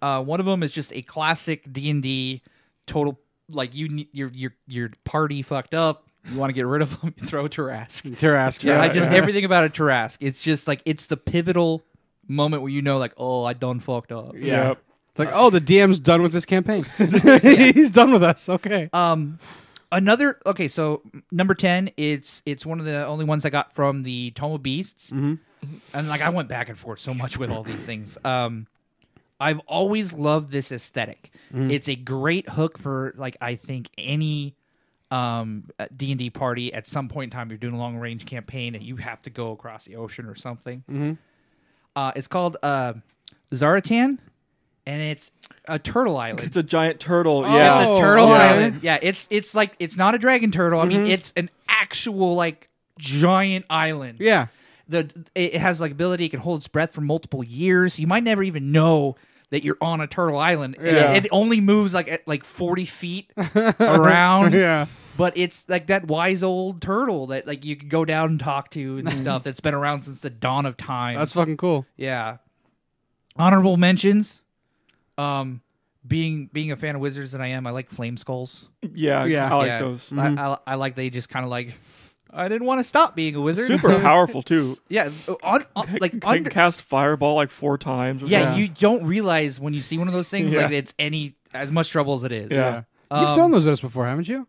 E: Uh, one of them is just a classic D and D total. Like you, ne- your your your party fucked up. You want to get rid of them? You throw a Tarask.
D: Tarrasque.
E: Yeah, I just
C: yeah.
E: everything about a Tarask. It's just like it's the pivotal moment where you know, like, oh, I done fucked up.
D: Yeah.
C: Yep.
D: It's like, oh, the DM's done with this campaign. He's done with us. Okay.
E: Um, another okay. So m- number ten, it's it's one of the only ones I got from the Tome of Beasts, Mm-hmm. and like I went back and forth so much with all these things. Um, I've always loved this esthetic It's a great hook for like I think any um D and D party at some point in time. You're doing a long range campaign and you have to go across the ocean or something. Uh, it's called uh, Zaratan, and it's a turtle island.
C: It's a giant turtle.
D: Yeah.
C: yeah.
D: Mm-hmm.
E: It's
D: Oh,
E: a turtle
D: okay.
E: island. Yeah, it's it's like it's not a dragon turtle. I mean, it's an actual like giant island.
D: yeah.
E: The it it has like ability it can hold its breath for multiple years. You might never even know that you're on a turtle island. It-
D: Yeah.
E: It, only moves like at like 40 feet around.
D: Yeah.
E: But it's like that wise old turtle that like you could go down and talk to and stuff that's been around since the dawn of time.
D: Mm-hmm. That's fucking cool.
E: Yeah. Honorable mentions. Um, being being a fan of wizards that I am, I like flame skulls.
C: yeah.
D: Yeah.
C: I like
E: yeah,
C: those.
E: I,
D: Mm-hmm.
E: I, I like they just kind of like. I didn't want to stop being a wizard.
C: Super powerful too.
E: yeah, on, on- Mm-hmm. like
C: Can
E: under,
C: cast fireball like four times. or
E: yeah,
C: something.
E: you don't realize when you see one of those things
C: Yeah.
E: like it's any as much trouble as it is.
C: Yeah.
D: You've
E: Um,
D: thrown those at us before, haven't you?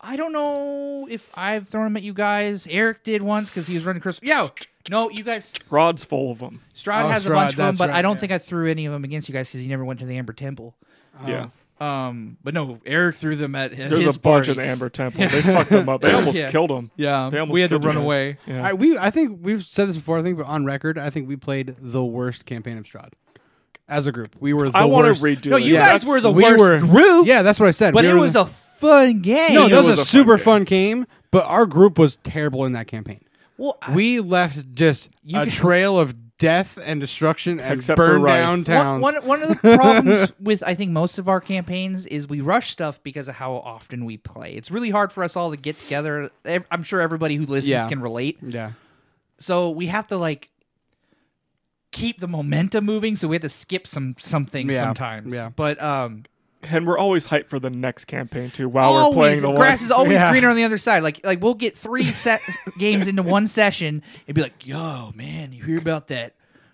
E: I don't know if I've thrown them at you guys. Eric did once because he was running Chris. Yeah, no, you guys.
C: Rod's full of them.
E: Stroud
D: Oh,
E: has a
D: Strahd,
E: bunch of them,
D: that's
E: but
D: right,
E: I don't
D: yeah.
E: think I threw any of them against you guys because he never went to the Amber Temple.
C: yeah.
E: Um, but no, Eric threw them at Oh. his
C: There's a bunch
E: party.
C: in the Amber Temple. They fucked them up. They almost
E: Yeah.
C: killed them.
E: Yeah,
C: They almost
E: we had to
C: killed you
E: run
C: guys.
E: away.
C: Yeah.
D: I we I think we've said this before. I think, but on record, I think we played the worst campaign of Strahd as a group. We were. The
C: I want
D: worst.
C: to redo.
E: No,
C: it.
E: you
D: Yeah.
E: guys were the
D: We
E: worst
D: were-
E: group.
D: Yeah, that's what I said.
E: but
D: We
E: it
D: were
E: was
D: the-
E: a fun game.
D: no.
C: it
D: That
C: was
D: was, a,
C: a fun
D: super
C: game.
D: fun game, but our group was terrible in that campaign.
E: well, I-
D: we left just
E: You
D: a
E: can-
D: trail of death and destruction and
C: Except for
D: burned
C: Rife.
D: down
E: one,
D: towns.
E: one, one of the problems with I think most of our campaigns is we rush stuff because of how often we play. It's really hard for us all to get together. Ev- I'm sure everybody who listens
D: Yeah.
E: can relate.
D: yeah,
E: So we have to like keep the momentum moving, so we had to skip some something
D: Yeah.
E: sometimes.
D: Yeah.
E: But um,
C: And we're always hyped for the next campaign too. While we're
E: always
C: playing the
E: the grass
C: one.
E: is always
D: Yeah.
E: greener on the other side. Like like we'll get three set games into one session and be like, yo man, you hear about that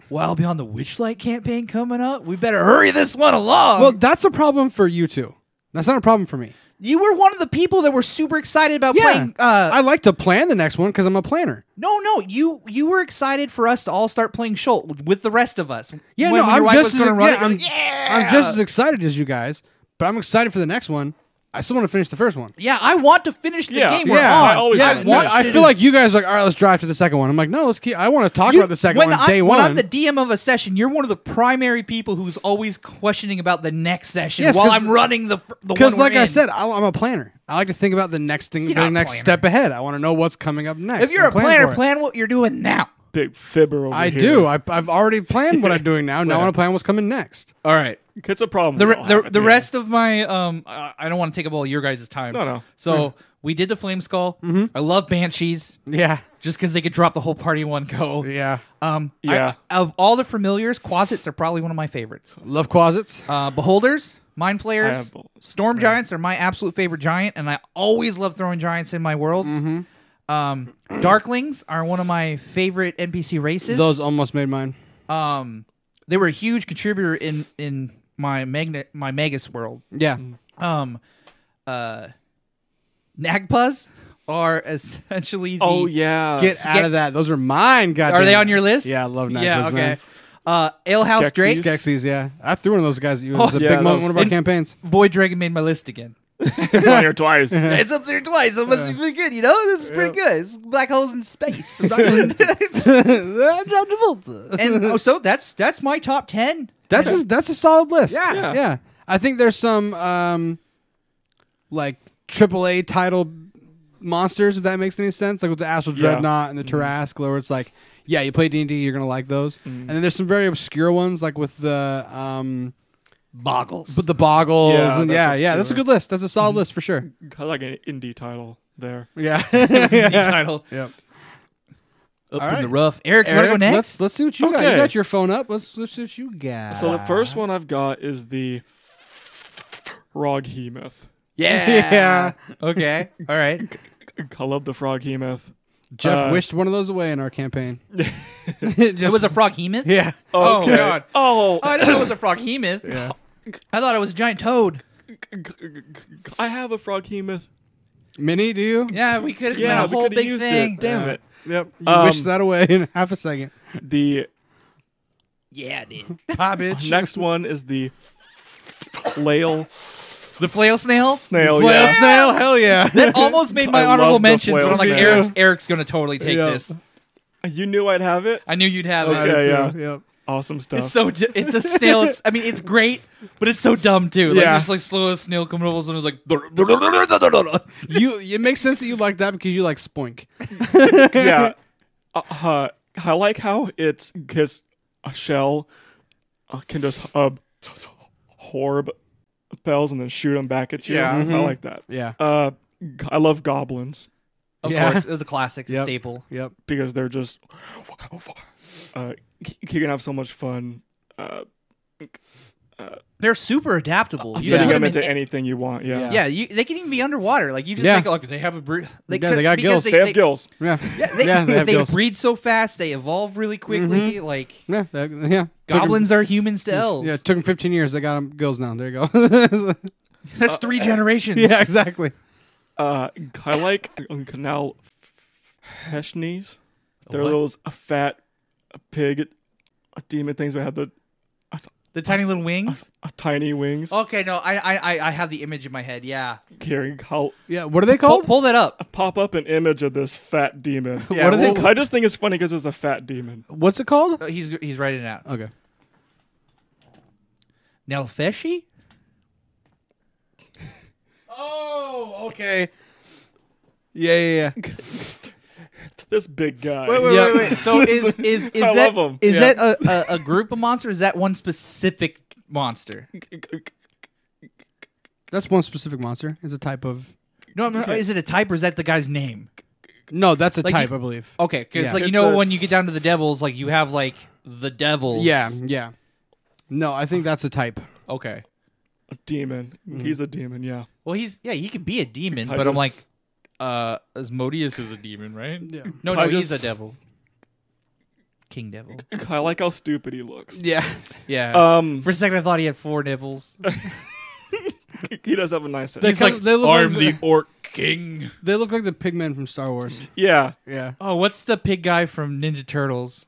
E: Wild Beyond the Witchlight campaign coming up? We better hurry this one along.
D: Well, that's a problem for you two. That's not a problem for me.
E: you were one of the people that were super excited about playing. Uh,
D: I like to plan the next one because I'm a planner.
E: no, no, you you were excited for us to all start playing Schult with the rest of us.
D: Yeah,
E: When
D: no,
E: your
D: I'm
E: wife
D: just
E: was
D: as,
E: gonna run
D: yeah,
E: it, you're
D: I'm,
E: like, yeah,
D: I'm just as excited as you guys, but I'm excited for the next one. I still want to finish the first one.
E: yeah. I want to finish the
C: Yeah.
E: game. We're
D: Yeah,
E: on.
C: I always
E: I
C: do.
E: want
D: I
E: to
D: feel like you guys are like, all right, let's drive to the second one. I'm like, no, let's keep. I want to talk
E: You-
D: about the second
E: when
D: one
E: I'm,
D: day
E: when
D: one.
E: I'm the DM of a session, you're one of the primary people who's always questioning about the next session
D: Yes,
E: while
D: 'cause-
E: I'm running the fir- the one.
D: because,
E: we're
D: like I
E: in.
D: said, I, am a planner. I like to think about the next thing,
E: You're
D: the
E: not a
D: next
E: planner.
D: step ahead. I want to know what's coming up next.
E: if you're a
D: and plan for
E: planner,
D: it.
E: plan what you're doing now.
C: Big fibber over
D: I
C: here.
D: do. I, I've already planned what I'm doing now. Now I want to plan what's coming next.
E: All right.
C: It's a problem.
E: The
C: we
E: re-
C: all have
E: the,
C: at
E: the
C: end.
E: rest of my um, I I don't want to take up all your guys' time.
C: No, Mm-hmm. no.
E: So we did the flame skull.
D: Mm-hmm.
E: I love banshees
D: Yeah,
E: just because they could drop the whole party in one go.
D: yeah.
E: Um, I-
C: Yeah.
E: of all the familiars, quasits are probably one of my favorites.
D: Love closets.
E: Uh, beholders, mind
C: I
E: flayers,
C: have both.
E: storm giants are my absolute favorite giant, and I always love throwing giants in my worlds.
D: Mm-hmm.
E: Um, darklings are one of my favorite NPC races.
D: Those almost made mine.
E: um, they were a huge contributor in in my magna my magus world.
D: Yeah.
E: Um, uh, nagpas are essentially the,
C: Oh yeah.
D: Get out of that. Those are mine. Goddamn.
E: Uh, Are they on your list?
D: Yeah, I love Nagpas.
E: Yeah, okay.
D: man.
E: Uh, Alehouse
C: Skeksis.
E: Drake,
D: Skeksis, yeah. I threw one of those guys at you. It was
E: Oh,
D: a
C: yeah,
D: big
C: that
D: moment
C: was-
D: in one of our
E: and-
D: campaigns.
E: Void Dragon made my list again.
C: One or twice.
E: It's up there twice. It must be pretty good, you know? This is pretty good. It's black holes in space. and oh, so that's that's my top ten.
D: That's a, that's a solid list.
E: Yeah.
C: Yeah.
D: Yeah. I think there's some um like AAA title monsters if that makes any sense, like with the Astral
C: Yeah.
D: Dreadnought and the Tarrasque, where it's like, yeah, you play D&D, you're going to like those. And then there's some very obscure ones like with the um boggles. But the boggles
C: Yeah,
D: and
C: that's
D: yeah, yeah, that's a
C: obscure.
D: good list. That's a solid list for sure.
C: I like an indie title there.
D: Yeah.
E: The title.
D: Yep.
E: Up
D: All
E: in
D: right.
E: the rough. Eric, you
D: Eric,
E: want to go
D: Let's
E: next?
D: let's see what you got. You
C: Okay.
D: got your phone up. Let's let's see what you got.
C: So
E: Ah.
C: the first one I've got is the Frog Hemoth.
E: Yeah.
D: yeah,
E: Okay. All right.
C: I love the Frog Hemoth.
D: Jeff
C: Uh,
D: wished one of those away in our campaign. Just-
E: It was a frog hemoth.
D: yeah.
E: Oh,
C: Okay.
E: God.
C: Oh,
E: I didn't know it was a frog hemoth.
D: Yeah.
E: I thought it was a giant toad.
C: I have a Frog Hemoth.
D: Mini, do you?
E: Yeah, we could have
C: Yeah,
E: yeah, a
C: we
E: whole
C: could have
E: big
C: used
E: thing.
C: it. Damn it.
D: Yep. You
C: Um,
D: wished that away in half a second.
C: The
E: Yeah, dude.
D: Poppage.
C: next one is the Flail
E: The flail snail.
C: Snail.
D: Flail
C: yeah.
D: snail, hell yeah.
E: That almost made my
C: I
E: honorable
C: love the
E: mentions, but I'm
C: flail
E: like,
D: snail.
E: Eric's, Eric's going to totally take
D: Yeah.
E: this.
C: You knew I'd have it.
E: I knew you'd have
C: Okay.
E: it.
C: Yeah, yeah.
D: Yep.
C: Awesome stuff.
E: It's so ju- it's a snail. It's, I mean, it's great, but it's so dumb too. Like
D: Yeah.
E: just like slow as snail coming over, and it's like
D: You it makes sense that you like that because you like spoink.
C: yeah. Uh, uh, I like how it's because a shell uh, can just uh, horb bells and then shoot them back at you.
E: Yeah. Mm-hmm.
C: I like that.
D: Yeah.
C: Uh, I love goblins
E: of
D: Yeah.
E: course, it was a classic
D: Yep.
E: staple.
D: Yep.
C: because they're just. Uh, you can have so much fun. Uh,
E: They're super adaptable. You
C: fitting
E: put
C: them
E: in
C: into
E: a-
C: anything you want. Yeah.
D: Yeah.
E: yeah, you, they can even be underwater. Like you just
D: Yeah.
E: think, like they have a breed. Like,
D: Yeah, they got
E: because
D: gills.
C: They have gills.
D: Yeah.
E: Yeah, they,
D: Yeah, they have gills.
E: breed so fast. They evolve really quickly. Like
D: Yeah. that- yeah. Took 'em-
E: goblins are humans to elves.
D: yeah, it took him 15 years. They got him girls now. There you go.
E: that's three generations.
D: yeah, exactly.
C: Uh, I like um, canal heshnies. They're
E: what?
C: those fat pig demon things that have the
E: the tiny little wings.
C: tiny wings.
E: Okay, no, I I I- I have the image in my head. Yeah,
C: Hearing how
D: Yeah, what are they
E: pull,
D: called?
E: Oh, pull that up.
C: pop up an image of this fat demon.
D: What are they
C: I just think it's funny because it's a fat demon.
D: What's it called?
E: Oh, He's he's writing it out.
D: Okay.
E: Nelfeshi?
D: Oh, okay. Yeah, yeah, yeah.
C: This big guy.
E: Wait, wait,
D: Yep.
E: wait, wait. So is is is
C: I
E: that
C: love 'em.
E: is
D: Yeah.
E: that a, a, a group of monsters? Is that one specific monster?
D: That's one specific monster. It's a type of.
E: No, I'm- is it a type or is that the guy's name?
D: No, that's a
E: Like
D: type,
E: you-
D: I believe.
E: Okay, because
D: Yeah.
E: like you
C: It's
E: know
C: a-
E: when you get down to the devils, like you have like the devils.
D: Yeah, Mm-hmm. yeah. No, I think that's a type.
E: Okay.
C: A demon.
E: Mm.
C: He's a demon. Yeah.
E: Well, he's yeah, he could be a demon,
C: I
E: but I'm
C: just-
E: like, uh, Asmodeus is a demon, right?
D: Yeah.
E: No,
C: I
E: no, he's a
C: just-
E: devil. King devil.
C: I like how stupid he looks.
D: Yeah.
E: Yeah.
C: Um,
E: For a second, I thought he had four nipples.
C: he does have a nice head.
D: They
F: He's like,
D: they look
F: I'm
D: like the,
F: the orc king.
D: they look like the pigmen from Star Wars.
C: Yeah.
D: Yeah.
E: oh, what's the pig guy from Ninja Turtles?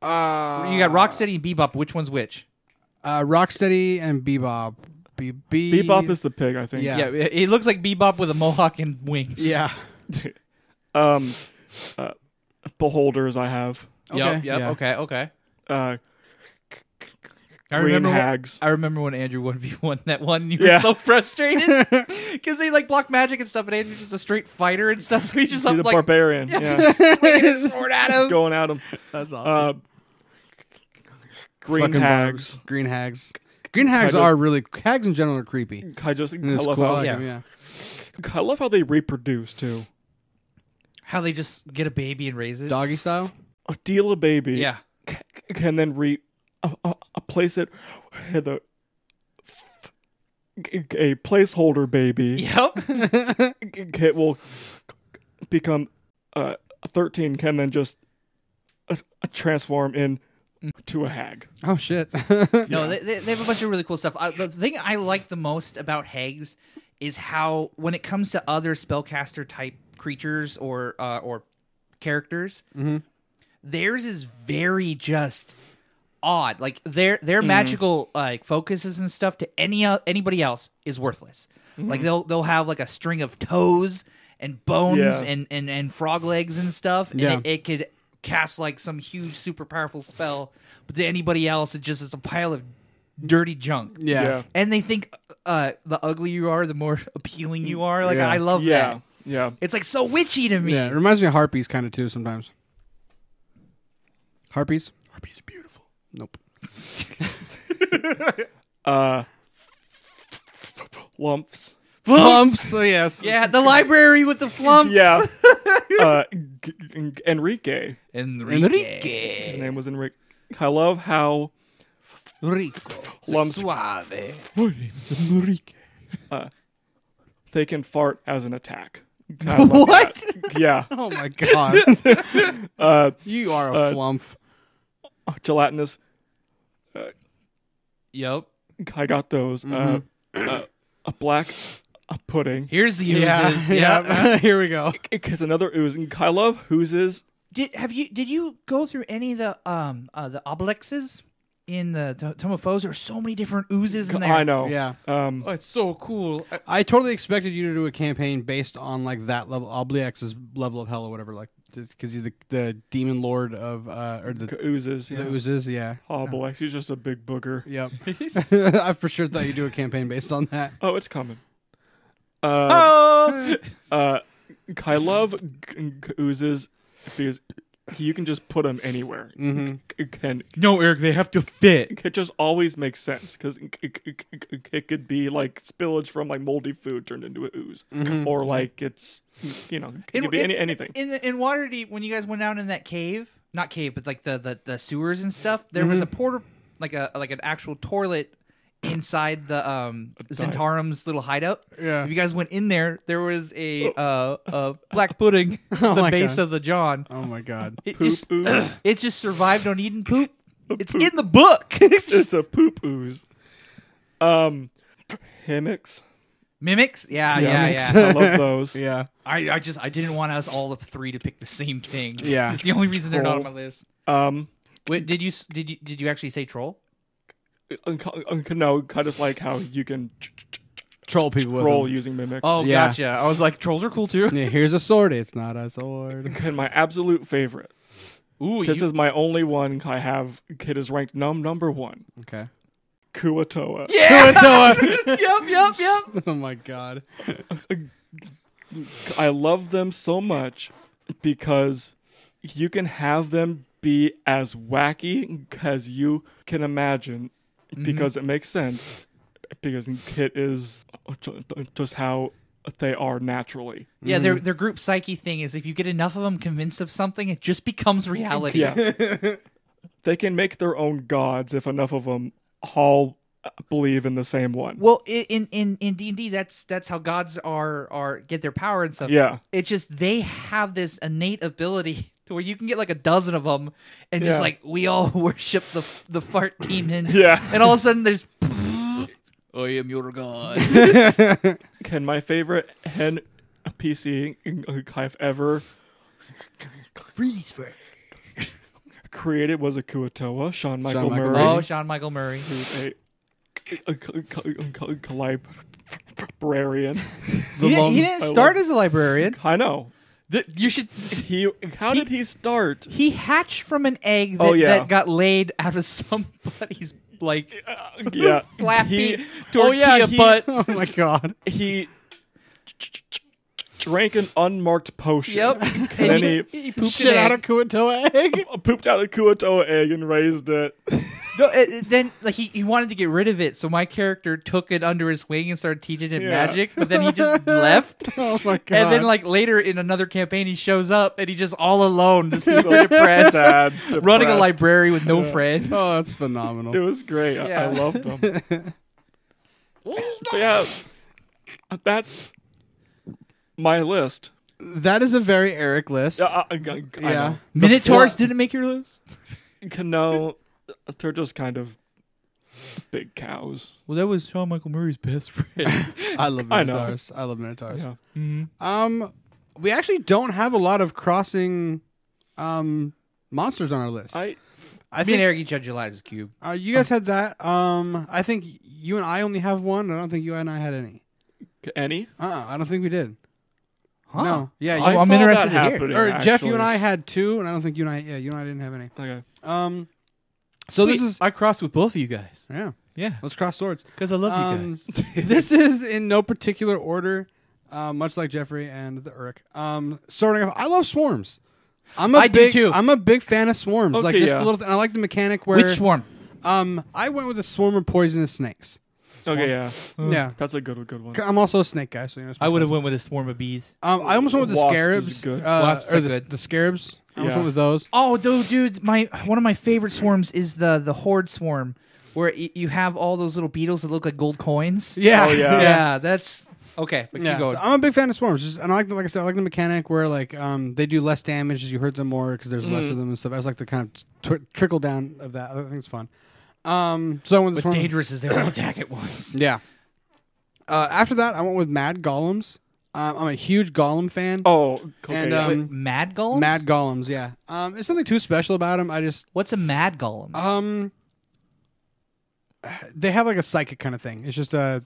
D: Uh,
E: you got Rocksteady and Bebop. Which one's which?
D: uh, Rocksteady and Bebop. Be- be-
C: Bebop is the pig, I think.
D: Yeah.
E: Yeah, it it looks like Bebop with a mohawk and wings.
D: Yeah.
C: Um, uh, beholders, I have.
E: Yep.
D: Okay.
E: Yep.
D: Yeah.
E: Okay. Okay.
C: Uh,
E: I
C: green
E: remember. When,
C: hags.
E: I remember when Andrew one v one that one. You
C: Yeah.
E: were so frustrated because they like block magic and stuff, and Andrew's just a straight fighter and stuff. So he's just
C: He's
E: up,
C: a
E: like
C: barbarian. Yeah.
E: swinging his sword at him.
C: Going at him.
D: That's
C: Uh,
D: awesome.
C: green
D: Fucking
C: hags.
D: barbs. Green hags. Green hags
C: just-
D: are really hags in general are creepy.
C: I just I
D: And it's
C: love,
D: cool. I
C: how,
D: like
E: yeah.
D: 'em, yeah.
C: I love how they reproduce too.
E: How they just get a baby and raise it?
D: Doggy style.
C: Uh, deal a baby.
E: Yeah.
C: c- c- can then re uh, uh, uh, place it in the g- g- a placeholder baby
E: Yep.
C: g- g- it will become uh, a 13 can then just uh, transform in to a hag
D: Oh shit.
E: No, they, they, they have a bunch of really cool stuff. I, the thing I like the most about hags is how, when it comes to other spellcaster type creatures or uh, or characters, theirs is very just odd. Like their their
D: Mm-hmm.
E: magical like focuses and stuff to any o- anybody else is worthless.
D: Mm-hmm.
E: Like they'll they'll have like a string of toes and bones
C: Yeah.
E: and, and and frog legs and stuff, and
D: Yeah.
E: it, it could cast like some huge super powerful spell, but to anybody else, it just it's a pile of dirty junk.
D: yeah.
C: yeah
E: And they think uh the uglier you are, the more appealing you are. Like
D: Yeah.
E: I love
C: yeah
E: that.
C: yeah
E: It's like so witchy to me.
D: Yeah, it reminds me of harpies kind of too sometimes. Harpies?
F: Harpies are beautiful.
D: Nope.
C: uh lumps
D: Bumps. Oh, yes.
E: Yeah, the library with the flumps.
C: yeah uh g- g- enrique
E: Enrique.
D: Enrique.
E: Eh.
C: his name was enrique i love how
D: Rico.
C: lumps
E: Suave.
C: Uh, they can fart as an attack I love
E: What?
C: that. yeah
D: Oh my god.
C: uh
D: you are a
C: Uh,
D: flump.
C: gelatinous
E: Yep.
C: I got those. Uh, uh, a black a pudding.
E: Here's the oozes.
D: Here we go.
C: It's another ooze. And I love oozes.
E: Did have you did you go through any of the um uh, the obelisks in the T- Tome of Foes? There's so many different oozes in there.
C: I know.
D: Yeah.
C: Um,
E: Oh, it's so cool. I-
D: I totally expected you to do a campaign based on like that level, Obliex's level of hell or whatever, like because he's the, the demon lord of uh or the,
C: c- oozes.
D: the
C: Yeah.
D: oozes. Yeah.
C: Obelix. He's just a big booger.
D: Yep. I for sure thought you'd do a campaign based on that.
C: Oh, it's coming. Uh,
E: Oh,
C: uh, I love g- g- oozes because you can just put them anywhere. G- g- And
E: no, Eric, they have to fit.
C: it just always makes sense because it could be like spillage from like moldy food turned into an ooze, or like it's you know it could be any, anything.
E: In the in Waterdeep, when you guys went down in that cave, not cave, but like the the, the sewers and stuff, there was a porter, like a like an actual toilet inside the um Zentarim's little hideout.
D: Yeah.
E: If you guys went in there, there was a uh a black pudding at the
D: my
E: base
D: God.
E: of the John.
D: Oh my god.
E: It
C: Poop
E: just
C: ooze.
E: it just survived on eating poop. It's in the book.
C: it's a poop ooze. Um, hammocks.
E: Mimics? Yeah, yeah,
D: Mimics.
E: yeah.
C: I love those.
D: Yeah.
E: I, I just I didn't want us all the three to pick the same thing.
D: Yeah.
E: It's the only reason they're not on my
C: Troll.
E: list.
C: Um,
E: Wait, did you s- did you did you actually say troll?
C: un- un- no, I just like how you can ch- ch- ch-
D: Troll people with
C: roll
D: them.
C: using mimics.
E: Oh,
D: Yeah.
E: gotcha. I was like, trolls are cool too.
D: Yeah, here's a sword. It's not a sword.
C: And my absolute favorite.
E: Ooh,
C: This
E: Oh, you-
C: is my only one I have. It is ranked num number one.
D: Okay.
C: Kuatoa.
E: yeah. yep, yep, yep.
D: oh my god.
C: I love them so much because you can have them be as wacky as you can imagine because it makes sense because Kit is just how they are naturally.
E: Yeah, their their group psyche thing is if you get enough of them convinced of something, it just becomes reality.
C: Yeah. they can make their own gods if enough of them all believe in the same one.
E: Well, i- in in in D and D, that's that's how gods are are get their power and stuff.
C: Yeah.
E: it's just they have this innate ability to where you can get like a dozen of them, and just
C: Yeah.
E: like we all worship the the fart demon.
C: Yeah.
E: and all of a sudden there's. I am your god.
C: Can my favorite hen PC I've ever
E: Freeze frame.
C: created was a Kuatoa, Sean Michael
D: Michael
C: Murray.
E: Oh, Sean Michael Murray.
C: who's a, a, a, a, a librarian.
E: He didn't, he
D: long-
E: didn't
C: I
E: start
C: love-
E: as a librarian.
C: I know.
E: Th- You should.
C: He. How did he start?
E: He hatched from an egg that,
C: Oh, yeah.
E: that got laid out of somebody's like
C: yeah,
E: flappy
C: He- oh,
E: tortilla
C: yeah, he-
E: butt.
D: Oh my god.
C: He drank an unmarked potion.
E: Yep.
C: And then he
E: pooped
D: Shit out of Kuatoa egg.
C: pooped out a Kuatoa egg and raised it.
E: No, uh, uh, then like he, he wanted to get rid of it, so my character took it under his wing and started teaching it
C: Yeah.
E: magic. But then he just left.
D: Oh my god.
E: And then, like later in another campaign, he shows up and he just all alone, just super depressed,
C: Sad,
E: running a
C: depressed.
E: library with no friends.
D: oh, that's
C: It
D: phenomenal.
C: was great. I, I
E: Yeah.
C: loved them. yeah, that's my list.
D: That is a very Eric list.
C: Uh, uh, I, I, I
D: yeah.
C: know.
E: Minotaurs
D: The
E: didn't make your list.
C: No, they're just kind of big cows.
E: Well, that was Sean Michael Murray's best friend.
D: fl- I love
C: I know.
D: Minotaurs. I, love Minotaurs.
C: Yeah.
D: Um, we actually don't have a lot of crossing, um, monsters on our list.
C: I
E: I mean, Eric, you judge your light as a cube.
D: Uh, you guys had that. Um, I think you and I only have one. I don't think you and I had any.
C: any?
D: Uh, uh I don't think we did.
E: Huh.
D: No. Yeah.
C: Oh, I
D: You,
E: I'm
C: saw
E: interested
C: that
E: to hear.
C: happening,
D: or Jeff,
C: actually.
D: you and I had two, and I don't think you and I. Yeah, you and I didn't have any.
C: Okay.
D: Um, so this is
E: I crossed with both of you guys.
D: yeah.
E: Yeah,
D: Let's cross swords.
E: because I love
D: Um, this is in no particular order, uh, much like Jeffrey and the Urk. Um, starting off, I love swarms. I'm a
E: I do
D: big,
E: too.
D: I'm a big fan of swarms. like
C: Okay,
D: just
C: yeah.
D: a little. Th- I like the mechanic where
E: Which swarm?
D: um, I went with a swarm of poisonous snakes.
C: Okay. Yeah.
D: Yeah,
C: That's a good, good one.
D: C- I'm also a snake guy, so you know. it's
E: I would have
D: sensible.
E: went with a swarm of bees.
D: Um, I almost went with the
C: Wasp is
D: scarabs.
C: good.
D: uh,
E: Wasps
D: or
E: are
D: the,
E: good.
D: the scarabs. I almost
C: Yeah.
D: went with those.
E: Oh, dude, dudes, my one of my favorite swarms is the the horde swarm, where y- you have all those little beetles that look like gold coins.
D: Yeah,
C: Oh, yeah.
E: yeah, that's okay. But keep
D: Yeah,
E: going.
D: so I'm a big fan of swarms, just, and I like, the, like I said, I like the mechanic where like um, they do less damage as you hurt them more because there's less of them and stuff. I just like the kind of tw- trickle down of that. I think it's fun. Um, so I went with
E: What's
D: swarm.
E: dangerous is they all attack at once.
D: Yeah. Uh, after that, I went with Mad Golems. Um, I'm a huge Golem fan.
C: Oh. Okay.
D: And,
C: yeah.
D: um,
E: Mad golem.
D: Mad Golems, yeah. Um, it's nothing too special about them. I just
E: What's a mad golem?
D: um, they have like a psychic kind of thing. It's just a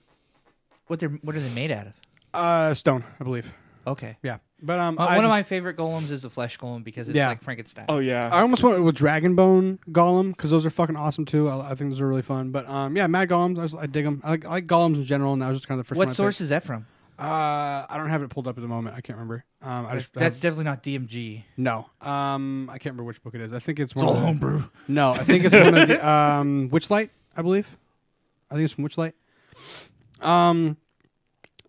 E: what they are what are they made out of?
D: uh, stone, I believe.
E: Okay.
D: Yeah, but um,
E: Uh, one
D: I
E: of
D: just-
E: my favorite golems is a flesh golem because it's
D: Yeah.
E: like Frankenstein.
C: oh yeah.
D: I almost went with Dragon Bone Golem because those are fucking awesome too. I, I think those are really fun. But um, yeah, Mad Golems, I, just, I dig them. I like, I like Golems in general, and that was just kind of the first. one
E: what
D: I
E: source
D: picked.
E: is that from?
D: Uh, I don't have it pulled up at the moment. I can't remember. Um, I just
E: That's definitely not DMG.
D: No, um, I can't remember which book it is. I think it's one
E: All
D: of the,
E: homebrew.
D: No, I think it's one of the um, Witchlight, I believe. I think it's from Witchlight. Um,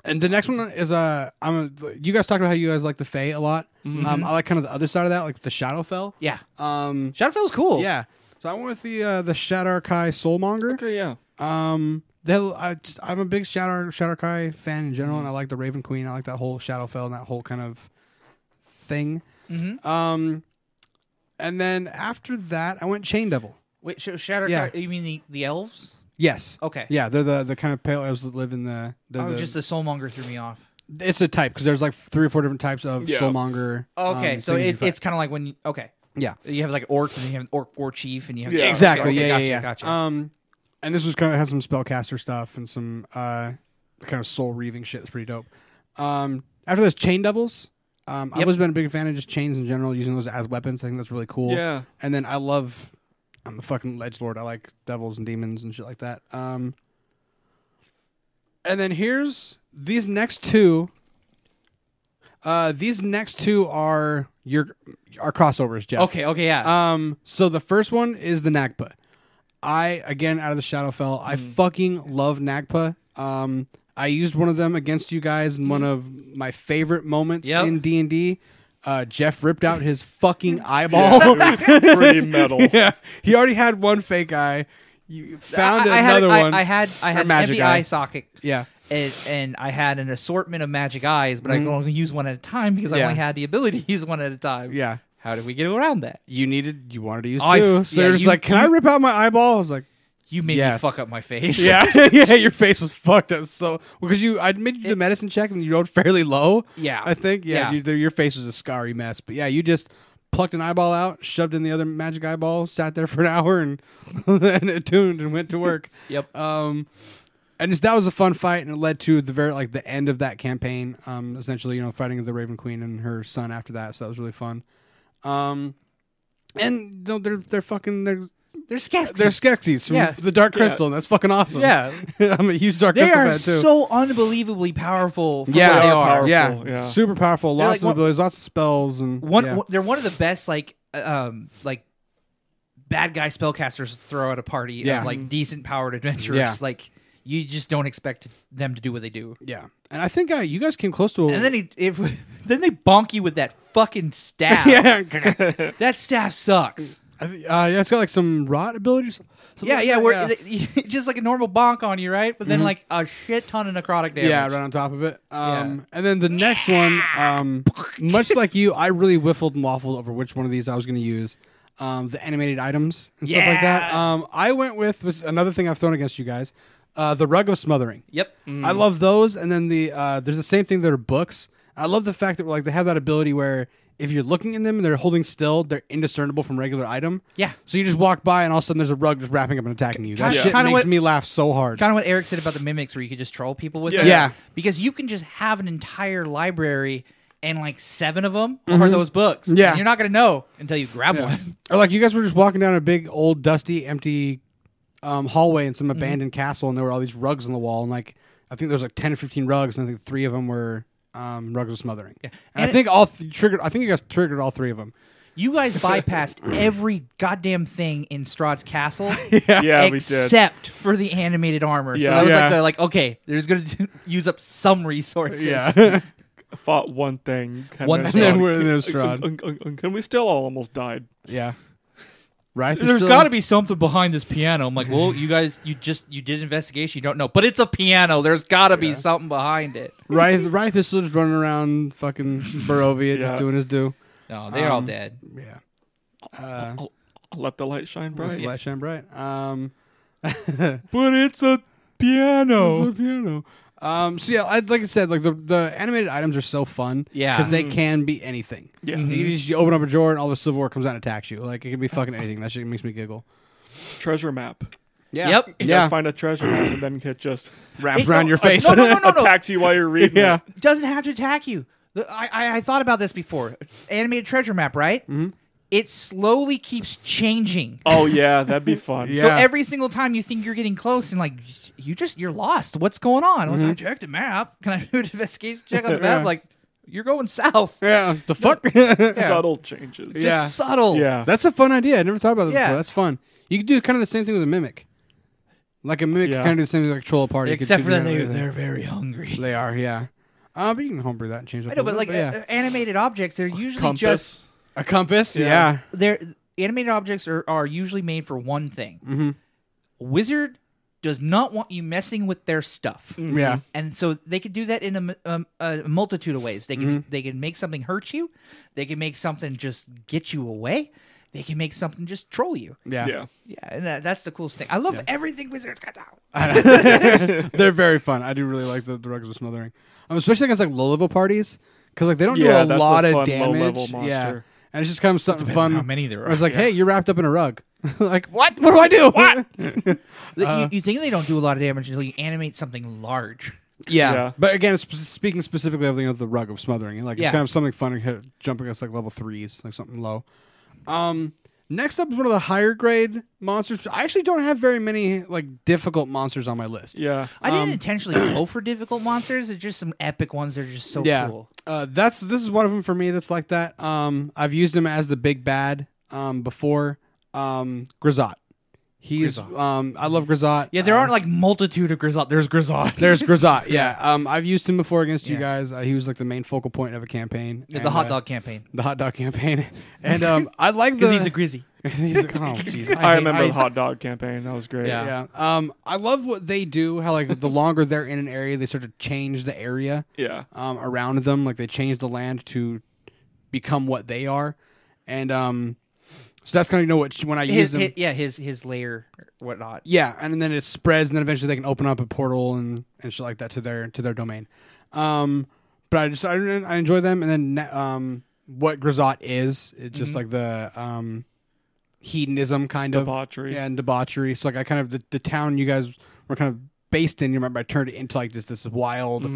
D: and the next one is uh, I'm a, you guys talked about how you guys like the Fae a lot. Um, I like kind of the other side of that, like the Shadowfell.
E: Mm-hmm. Yeah.
D: Um,
E: Shadowfell's cool.
D: yeah. So I went with the uh, the Shadarkai Soulmonger.
C: okay. Yeah.
D: Um, they, I just, I'm a big Shadar Shadarkai fan in general, and I like the Raven Queen. I like that whole Shadowfell and that whole kind of thing.
E: Mm-hmm.
D: Um, and then after that, I went Chain Devil.
E: Wait, sh- Shadow. uh,
D: Yeah.
E: You mean the, the elves?
D: Yes.
E: Okay.
D: Yeah, they're the the kind of pale elves that live in the. the,
E: Oh,
D: the-
E: just the soulmonger threw me off.
D: it's a type because there's like three or four different types of
C: Yeah.
D: soulmonger. um,
E: Okay, so
D: things you
E: it,
D: fight.
E: it's kind of like when you, okay,
D: yeah
E: you have like orc and you have an orc war chief and you have
C: Yeah.
D: exactly
E: Okay,
D: yeah
E: gotcha,
D: yeah yeah.
E: gotcha.
D: Um, and this was kind of has some spellcaster stuff and some uh kind of soul reaving shit. It's pretty dope. Um, after this, chain devils. Um, I've
E: Yep.
D: always been a big fan of just chains in general, using those as weapons. I think that's really cool.
C: Yeah.
D: And then I love, I'm a fucking ledge lord. I like devils and demons and shit like that. Um, and then here's these next two. Uh, these next two are your are crossovers, Jeff.
E: okay, okay, yeah.
D: Um, so the first one is the Nagpa. I again out of the Shadowfell. I
E: Mm.
D: fucking love Nagpa. Um, I used one of them against you guys in one of my favorite moments
E: Mm. Yep.
D: in D and D. uh, Jeff ripped out his fucking eyeball.
C: pretty metal.
D: yeah, he already had one fake eye. You found
E: I, I had,
D: another
E: I-
D: one.
E: I, had I
D: Or
E: had an
D: magic
E: empty
D: eye.
E: eye socket.
D: yeah,
E: And, and I had an assortment of magic eyes, but I could only use one at a time because I
D: Mm-hmm. Yeah.
E: only had the ability to use one at a time.
D: yeah.
E: How did we get around that?
D: You needed, you wanted to use
E: Oh, I-
D: two. So
E: yeah,
D: you're just
E: you-
D: like, can I rip out my eyeball? I was like,
E: You made
D: Yes.
E: me fuck up my face.
D: yeah, yeah. Your face was fucked up. So because you, I made you do the medicine check and you rolled fairly low.
E: Yeah.
D: I think yeah.
E: Yeah.
D: you- your face was a scary mess, but yeah, you just plucked an eyeball out, shoved in the other magic eyeball, sat there for an hour, and and it tuned and went to work.
E: Yep.
D: Um, and just, that was a fun fight, and it led to the very like the end of that campaign. Um, essentially, you know, fighting the Raven Queen and her son after that. So that was really fun. Um, and no, they're they're fucking they're
E: They're sketchy.
D: they're Skeksis from
E: Yeah.
D: the Dark Crystal, and that's fucking awesome.
E: Yeah.
D: I'm a huge Dark
E: They
D: Crystal
E: are
D: fan too.
E: so unbelievably powerful. for
D: yeah,
E: what
C: They
E: they
C: are
E: are.
C: powerful,
D: yeah,
C: yeah.
D: super powerful.
E: They're
D: Lots
E: like
D: of
E: one-
D: abilities, lots of spells, and
E: One,
D: yeah.
E: one- they're one of the best like uh, um like bad guy spellcasters to throw at a party of,
D: Yeah.
E: like decent powered adventurers.
D: Yeah.
E: Like you just don't expect them to do what they do.
D: yeah. And I think uh, you guys came close to. A,
E: And then he if then they bonk you with that fucking staff.
D: yeah,
E: That staff sucks.
D: I thi- uh, yeah, it's got like some rot abilities. something
E: Yeah,
D: like
E: yeah,
D: that,
E: we're just like a normal bonk on you, right? But then like a shit ton of necrotic damage.
D: Mm-hmm. Yeah, right on top of it. Um, And then the next one, um, much like you, I really wiffled and waffled over which one of these I was going to use. Um, the animated items and stuff like that.
E: Yeah.
D: Um, I went with was another thing I've thrown against you guys, uh, the rug of smothering.
E: Yep.
D: I love those, and then the uh, there's the same thing that are books. I love the fact that like they have that ability where if you're looking in them and they're holding still, they're indiscernible from regular item.
E: Yeah.
D: So you just walk by and all of a sudden there's a rug just wrapping up and attacking you. That
E: Kinda-
D: shit
E: kinda
D: makes
E: what-
D: me laugh so hard.
E: Kind of what Eric said about the mimics, where you could just troll people with
C: Yeah.
E: them.
D: Yeah.
E: Because you can just have an entire library, and like seven of them are those books.
D: Mm-hmm. Yeah.
E: And you're not gonna know until you grab
D: Yeah.
E: one.
D: or like you guys were just walking down a big old dusty empty um, hallway in some
E: Mm-hmm.
D: abandoned castle and there were all these rugs on the wall and like i think there was like 10 or 15 rugs and i think three of them were um, rugs of smothering yeah. and,
E: And
D: i
E: it-
D: think all th- triggered i think you guys triggered all three of them
E: You guys bypassed every goddamn thing in Strahd's castle.
C: Yeah, we did.
E: except for the animated armor.
C: Yeah.
E: So that was
D: Yeah.
E: like the like okay, there's gonna do, use up some resources.
C: Fought one thing. and
E: One
C: then
E: thing.
C: shot.
D: And we're- and then shot.
C: And- and- and- and we still all almost died.
D: yeah right
E: There's got to be something behind this piano. I'm like, well, you guys, you just you did investigation. You don't know, but it's a piano. There's got to be something behind it.
D: right right this was running around fucking barovia
C: Yeah.
D: just doing his do
E: No, they're all
D: Um,
E: dead.
D: yeah
C: Let the light shine
D: Let's
C: bright.
D: light shine bright um
C: But it's a
E: Oh.
D: It's
C: piano.
D: a piano. Um, so yeah, I, like I said, like the, the animated items are so fun,
E: Yeah. Mm-hmm.
D: because they can be anything.
C: Yeah.
D: you, just, you open up a drawer and all the silverware comes out and attacks you. Like it can be fucking anything. That shit makes me giggle.
C: Treasure map.
D: Yeah,
E: Yep. You
C: You
D: yeah,
C: guys find a treasure map and then it just
D: wraps
E: It-
D: around your
E: no,
D: face.
E: no, no, no, no.
C: attacks you while you're reading.
D: yeah,
C: it.
E: It doesn't have to attack you. The- I, I, I thought about this before. Animated treasure map, right? Mm-hmm. It slowly keeps changing.
C: Oh yeah, that'd be fun.
D: Yeah.
E: So every single time you think you're getting close, and like you just you're lost. What's going on? Like, I checked the map. Can I do an investigation check on the map?
D: Yeah.
E: Like you're going south.
D: yeah. The fuck.
C: Subtle changes.
E: Just
D: Yeah.
E: subtle.
C: Yeah.
D: That's a fun idea. I never thought about that
E: Yeah.
D: before. That's fun. You could do kind of the same thing with a mimic. Like a mimic,
C: Yeah.
D: kind of do the same thing like a troll party. You could
E: Except
D: do
E: for that
D: that
E: they,
D: with
E: they're very hungry.
D: They are, yeah. Uh, but you can homebrew that and change. Up
E: I
D: a
E: know, but
D: little
E: like
D: bit,
E: uh,
D: yeah.
E: uh, animated objects, they're usually
C: Compass.
E: just
D: a compass, yeah.
E: they're animated objects are, are usually made for one thing. Wizard does not want you messing with their stuff,
D: Yeah.
E: and so they could do that in a, m- um, a multitude of ways. They
D: Mm-hmm.
E: can they can make something hurt you, they can make something just get you away, they can make something just troll you.
D: yeah, Uh,
C: yeah.
E: Yeah, and that, that's the coolest thing. I love everything wizards got down.
D: They're very fun. I do really like the, the rugs of smothering, um, especially against like low level parties because like they don't
C: Yeah,
D: do a
C: that's a
D: lot of
C: fun
D: damage.
C: low-level
D: Yeah,
C: monster.
D: and it's just kind of something fun.
E: how many there
D: I was
E: are.
D: like, hey, you're wrapped up in a rug. like what? What do I do? What?
E: You- you think they don't do a lot of damage until you animate something large.
D: yeah.
C: Yeah.
D: but again, sp- speaking specifically of the, of the rug of smothering, like it's
E: Yeah.
D: kind of something fun to hit, jump against like level threes, like something low. Um, next up is one of the higher grade monsters. I actually don't have very many like difficult monsters on my list.
C: Yeah.
E: I
D: Um,
E: didn't intentionally go for difficult monsters. It's just some epic ones that are just so Oh, cool.
D: Uh, that's this is one of them for me that's like that. Um, I've used him as the big bad um, before. Um, Grisot. He's
E: Grisot.
D: um, I love Grisot.
E: Yeah, there
D: Uh,
E: aren't like multitude of Grisot. There's Grisot.
D: There's Grisot. Yeah, um, I've used him before against you
E: Yeah.
D: guys. Uh, he was like the main focal point of a campaign.
E: the
D: and,
E: hot
D: uh,
E: dog campaign
D: the hot dog campaign, and um, I like the.
E: because he's a Grizzy.
D: he's a- oh, jeez,
C: I,
D: hate-
C: remember
D: I-
C: the hot dog campaign. That was great.
D: Yeah. Um, I love what they do. How like the longer they're in an area, they sort of change the area
C: Yeah.
D: um, around them. Like they change the land to become what they are, and um, so that's kind of you know what when I use
E: His,
D: them.
E: his- yeah, his his layer or whatnot.
D: yeah, and then it spreads, and then eventually they can open up a portal and and shit like that to their to their domain. Um, but I just I, I enjoy them, and then na- um, what Grisot is, it's just like the um, hedonism kind of
C: Debauchery.
D: yeah, and debauchery. So like I kind of the, the town you guys were kind of based in. You remember I turned it into like just this wild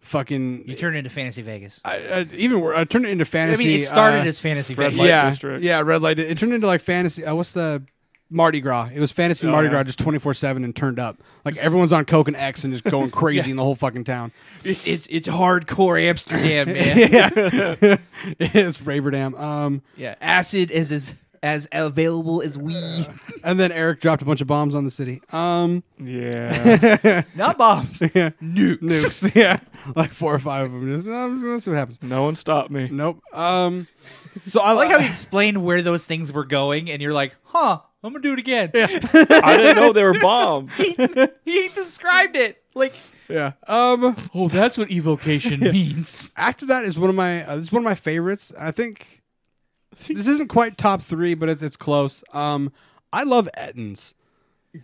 D: fucking.
E: You turn into Fantasy Vegas.
D: I, I, even wor- I turned it into
E: I
D: fantasy.
E: mean, it started
D: uh,
E: as Fantasy
C: Red
E: Vegas.
C: Light
D: yeah,
C: District.
D: yeah, red light. It turned into like fantasy. Uh, what's the Mardi Gras? It was fantasy
C: Oh,
D: Mardi
C: yeah.
D: Gras, just twenty four seven and turned up. Like everyone's on coke and X and just going crazy in the whole fucking town.
E: It's, it's it's hardcore Amsterdam, man.
D: Yeah, it's Raverdam. Um,
E: Yeah, acid is as as available as weed.
D: and then Eric dropped a bunch of bombs on the city. Um,
C: Yeah.
E: Not bombs.
D: yeah, nukes, nukes. Yeah, like four or five of them. Just, uh, let's see what happens.
C: no one stopped me.
D: Nope. Um, so I
E: I like how he explained where those things were going, and you're like, huh, I'm gonna do it again.
C: I didn't know they were bombed.
E: he described it like,
D: yeah. Um,
E: oh, that's what evocation means.
D: after that is one of my uh, this is one of my favorites. I think this isn't quite top three, but it's, it's close. Um, I love Ettins.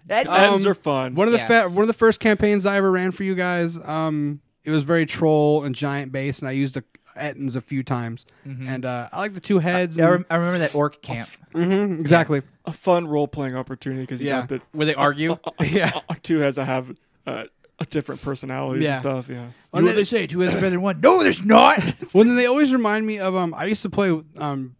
E: That
D: Um,
C: Ends are fun.
D: One of the
E: Yeah.
D: fa- one of the first campaigns I ever ran for you guys. Um, it was very troll and giant base, and I used the Ettins a few times. And uh, I like the two heads.
E: Mm-hmm. I,
D: and-
E: rem- I remember that orc camp.
D: Mhm, exactly.
C: a fun role playing opportunity because you
D: Yeah.
C: got the
E: Where they argue?
D: Yeah.
C: uh, two has to have uh, different personalities
D: Yeah.
C: and stuff. Yeah.
E: You know what they say? Two is better than one. No, there's not.
D: Well, then they always remind me of um. I used to play um.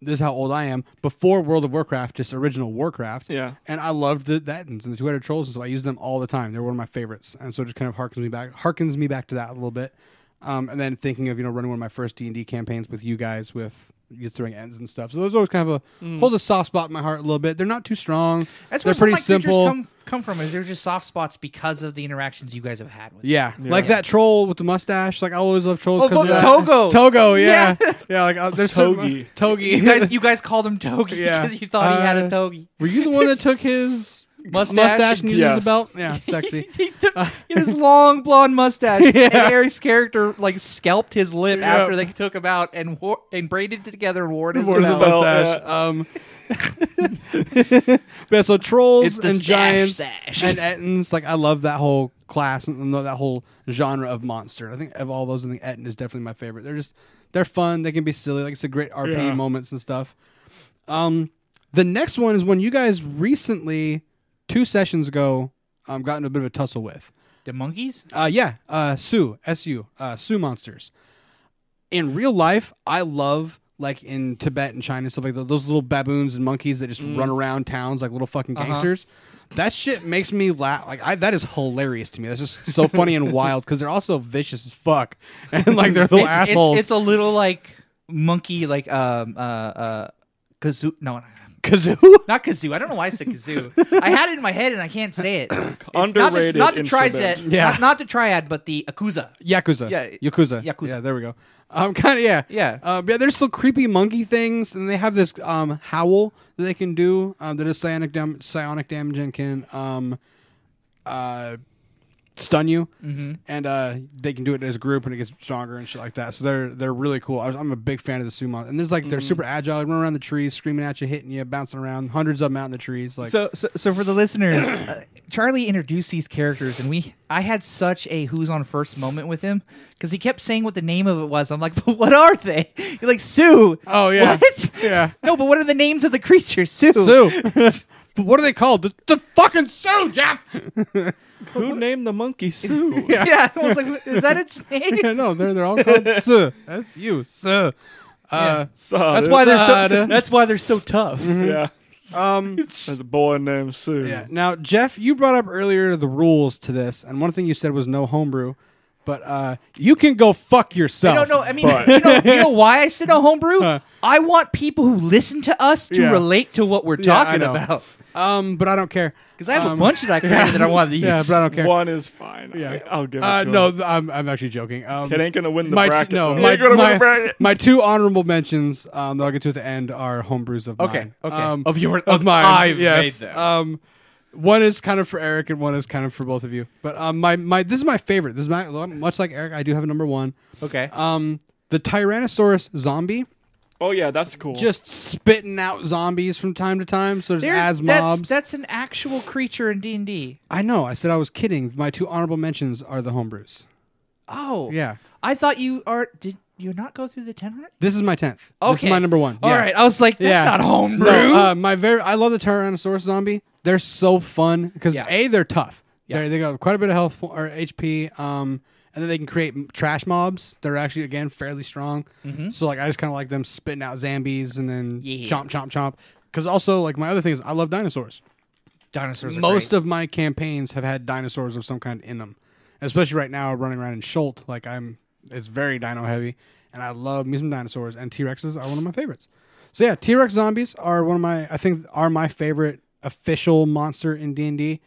D: This is how old I am. Before World of Warcraft, just original Warcraft.
C: Yeah.
D: And I loved the Thetans and the two-headed trolls, and so I use them all the time. They're one of my favorites, and so it just kind of harkens me back, harkens me back to that a little bit. Um, and then thinking of you know running one of my first D and D campaigns with you guys with you throwing ends and stuff. So those always kind of a hold a soft spot in my heart a little bit. They're not too strong.
E: That's
D: They're
E: where some of
D: pretty
E: my creatures
D: simple.
E: come, come from. Is they're just soft spots because of the interactions you guys have had with. them.
D: Yeah. like that troll with the mustache. Like I always love trolls
E: Oh,
D: because
E: fuck, Togo.
D: Togo, yeah, yeah. like uh, there's
C: Togi.
D: Some, Togi.
E: You guys, you guys called him Togi
D: Yeah.
E: because you thought he had
D: Uh,
E: a Togi
D: Were you the one that took his
E: mustache.
D: mustache and used it as
C: Yes.
D: a belt? Yeah, sexy. Uh,
E: he took he had this long blonde mustache, and Ares' character like scalped his lip after they took him out and wore, and braided it together and wore it as
D: Or
E: a
D: is it
E: belt.
C: belt,
D: mustache? Um, but Um, yeah, so trolls
E: It's the
D: and
E: stash
D: giants
E: sash.
D: and Ettins, like I love that whole class and and that whole genre of monster. I think of all those, I think Ettin is definitely my favorite. They're just they're fun. They can be silly. Like it's a great RP
C: Yeah.
D: moments and stuff. Um, the next one is one you guys recently, two sessions ago, um, got into a bit of a tussle with.
E: The monkeys?
D: Uh, yeah, uh, Sue, S-U, uh, Sue monsters. In real life, I love like in Tibet and China and stuff like that. Those little baboons and monkeys that just
E: Mm.
D: run around towns like little fucking
E: Uh-huh.
D: gangsters. That shit makes me laugh. Like I, that is hilarious to me. That's just so funny and wild because they're also vicious as fuck and like they're little
E: it's, it's-
D: assholes.
E: It's, a little like monkey, like um uh uh kazoo. No,
D: Kazoo.
E: not kazoo. I don't know why I said kazoo. I had it in my head and I can't say it. It's
C: Underrated
E: Not the, not the
C: instrument.
E: triad.
D: Yeah.
E: Not, not the triad, but the akuza.
D: Yakuza.
E: Yeah.
D: Yakuza.
E: Yakuza.
D: Yeah, there we go. Um, kind of yeah.
E: Yeah.
D: Um, yeah, there's still creepy monkey things, and they have this um howl that they can do um, that is psionic dam- psionic damage and can um uh stun you, mm-hmm. and uh they can do it as a group, and it gets stronger and shit like that. So they're they're really cool. I was, I'm a big fan of the sumo, and there's like
E: Mm-hmm.
D: they're super agile. They run around the trees, screaming at you, hitting you, bouncing around. Hundreds of them out in the trees. Like
E: So, so, so for the listeners, uh, Charlie introduced these characters, and we, I had such a who's on first moment with him because he kept saying what the name of it was. I'm like, but what are they? You're like Sue.
D: Oh, yeah.
E: What?
D: Yeah.
E: No, but what are the names of the creatures? Sue.
D: Sue. But what are they called? The, the fucking Sue, Jeff.
C: Who named the monkey Sue?
E: Yeah. I was like, is that its
D: yeah,
E: name?
D: no, they're they're all called Sue. That's you, Sue. Uh,
C: Saw
E: That's
C: it.
E: why they're so.
D: Sada.
E: That's why they're so tough.
D: Mm-hmm.
C: Yeah.
D: um,
C: There's a boy named Sue.
D: yeah. Now, Jeff, you brought up earlier the rules to this, and one thing you said was no homebrew. But uh, you can go fuck yourself.
E: No, no. I mean, you, know, you know why I sit on homebrew?
D: Huh.
E: I want people who listen to us to
D: Yeah.
E: relate to what we're
D: Yeah, I
E: talking
D: know.
E: about.
D: Um, but I don't care.
E: Because I have
D: Um,
E: a bunch that I created that I wanted to use.
D: Yeah, but I don't care.
C: One is fine.
D: Yeah.
C: I, will give it
D: Uh,
C: to
D: no,
C: him.
D: th- I'm, I'm actually joking. Um,
C: It ain't gonna win the
D: my,
C: bracket.
D: No,
C: though.
D: my,
C: Ain't gonna win the
D: my-
C: bracket.
D: my two honorable mentions um, that I'll get to at the end are homebrews of
E: Okay,
D: mine.
E: okay.
D: Um,
E: Of your-
D: of
E: of-
D: mine.
E: I've
D: yes.
E: made them.
D: Um, one is kind of for Eric and one is kind of for both of you. But um, my my this is my favorite. This is my much like Eric. I do have a number one.
E: Okay.
D: Um, the Tyrannosaurus zombie
C: Oh yeah, that's cool.
D: just spitting out zombies from time to time. So there's
E: There-
D: as
E: that's,
D: mobs.
E: that's an actual creature in D and D.
D: I know. I said I was kidding. My two honorable mentions are the homebrews.
E: Oh,
D: Yeah.
E: I thought you are. Did you not go through the ten hundred?
D: This is my tenth. This is my number one.
E: All
D: yeah.
E: right, I was like, that's
D: Yeah.
E: not homebrew.
D: No, uh, my very I love the Tyrannosaurus zombie. They're so fun because
E: Yeah.
D: a they're tough. They're, they got quite a bit of health fo- or HP, um, and then they can create m- trash mobs. They're actually again fairly strong. So like I just kind of like them spitting out zombies and then
E: Mm-hmm. Yeah.
D: chomp chomp chomp. Because also like my other thing is I love dinosaurs.
E: Dinosaurs. Are
D: Most
E: great.
D: of my campaigns have had dinosaurs of some kind in them, especially right now running around in Schult. Like I'm, it's very dino heavy, and I love me some dinosaurs. And T Rexes are one of my favorites. So yeah, T Rex zombies are one of my, I think, are my favorite official monster in D and D.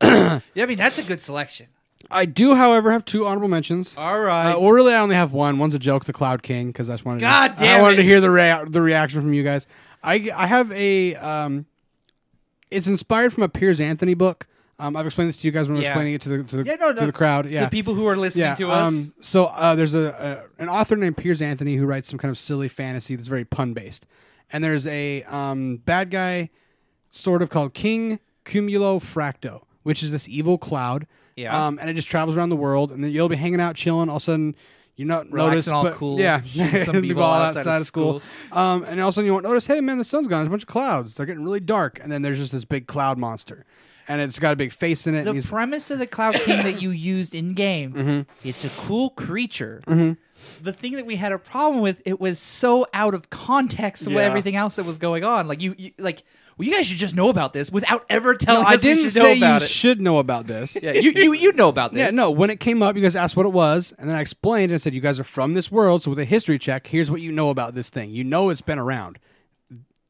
E: Yeah, I mean, that's a good selection.
D: I do, however, have two honorable mentions.
E: All right.
D: Uh, well, really, I only have one. One's a joke, the Cloud King, because I just wanted.
E: God
D: to, I
E: damn
D: wanted
E: it.
D: to hear the rea- the reaction from you guys. I I have a um, it's inspired from a Piers Anthony book. Um, I've explained this to you guys when I'm
E: Yeah.
D: explaining it to the to the,
E: Yeah, no,
D: to
E: no,
D: the crowd. Yeah,
E: To people who are listening
D: yeah.
E: to us,
D: Um, so uh, there's a, a an author named Piers Anthony who writes some kind of silly fantasy that's very pun based, and there's a um, bad guy sort of called King Cumulo Fracto, which is this evil cloud.
E: Yeah.
D: Um, and it just travels around the world, and then you'll be hanging out, chilling. All of a sudden, you not
E: Relaxing
D: notice,
E: all
D: but-
E: cool,
D: Yeah.
E: shooting some
D: People
E: b-ball
D: all
E: outside of
D: Um, and all of a sudden, you won't notice. Hey, man, the sun's gone. There's a bunch of clouds. They're getting really dark, and then there's just this big cloud monster, and it's got a big face in it. and
E: the
D: he's, Mm-hmm.
E: premise of the Cloud King that you used in game, it's a cool creature. The thing that we had a problem with, it was so out of context with
C: Yeah.
E: everything else that was going on. Like you, you like well, you guys should just know about this without ever telling us
D: I
E: we
D: didn't
E: should know
D: say you
E: about it.
D: should know about this.
E: yeah, you, you you know about this.
D: Yeah, no. When it came up, you guys asked what it was, and then I explained and said, "You guys are from this world, so with a history check, here's what you know about this thing. You know it's been around.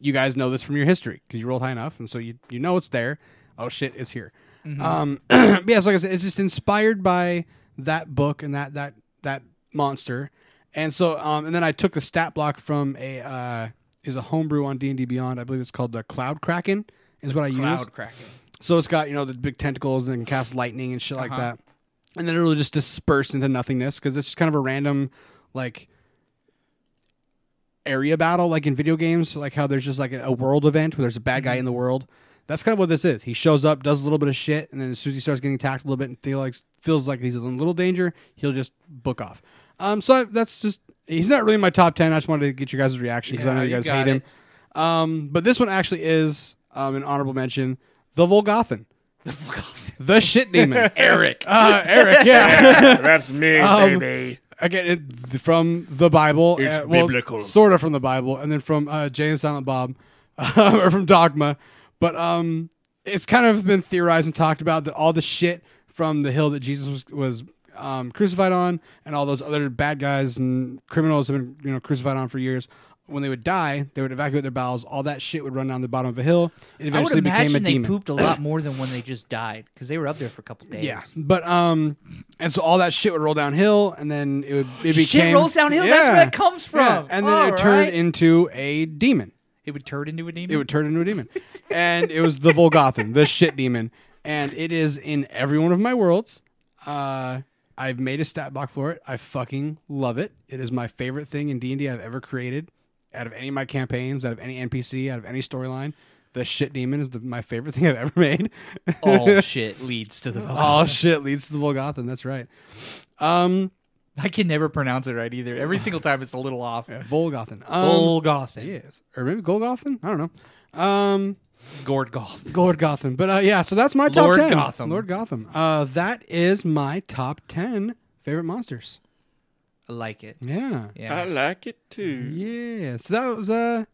D: You guys know this from your history because you rolled high enough, and so you you know it's there. Oh shit, it's here.
E: Mm-hmm.
D: Um, but yeah, so like I said, it's just inspired by that book and that that that monster, and so um, and then I took the stat block from a uh, is a homebrew on D and D Beyond. I believe it's called the Cloud Kraken. Is what I use.
E: Cloud Kraken.
D: So it's got you know the big tentacles and can cast lightning and shit like that, and then it'll just disperse into nothingness because it's just kind of a random like area battle, like in video games, like how there's just like a, a world event where there's a bad guy in the world. That's kind of what this is. He shows up, does a little bit of shit, and then as soon as he starts getting attacked a little bit and feel like, feels like he's in a little danger, he'll just book off. Um, so I, that's just he's not really in my top ten. I just wanted to get your guys' reaction because I
E: Yeah,
D: know you
E: you
D: guys
E: got
D: hate him. Um, but this one actually is um, an honorable mention: the Volgothan, the shit demon, Eric, uh, Eric, yeah.
C: that's me,
D: Um,
C: baby.
D: again it, th- from the Bible.
F: It's
D: uh, well,
F: biblical.
D: sort of from the Bible, and then from uh, Jay and Silent Bob, or from Dogma. But um, it's kind of been theorized and talked about that all the shit from the hill that Jesus was, was um, crucified on, and all those other bad guys and criminals have been you know crucified on for years. When they would die, they would evacuate their bowels. All that shit would run down the bottom of a hill. It
E: I would
D: eventually became a
E: imagine they
D: demon.
E: pooped a lot more than when they just died because they were up there for a couple days.
D: Yeah, but um, and so all that shit would roll downhill, and then it would it became
E: rolls downhill? That's where that comes from.
D: and then it
E: All
D: turned
E: right.
D: into a demon.
E: It would turn into a demon.
D: It would turn into a demon, and it was the Volgothan, the shit demon, and it is in every one of my worlds. Uh, I've made a stat block for it. I fucking love it. It is my favorite thing in D and D I've ever created. Out of any of my campaigns, out of any NPC, out of any storyline, the shit demon is the, my favorite thing I've ever made.
E: All Oh, shit leads to the.
D: All shit leads to the Volgothan. That's right. Um,
E: I can never pronounce it right either. Every single time it's a little off.
D: Volgothan. Um,
E: Golgotha.
D: yes, or maybe Golgothan. I don't know. Um,
E: Gord Goth.
D: Lord Gotham. But uh, yeah, so that's my top
E: Lord
D: ten.
E: Gotham.
D: Lord Gotham. Uh, that is my top ten favorite monsters.
E: I like it.
D: Yeah.
C: I
E: Yeah.
C: like it too.
D: Yeah. So that was. Uh,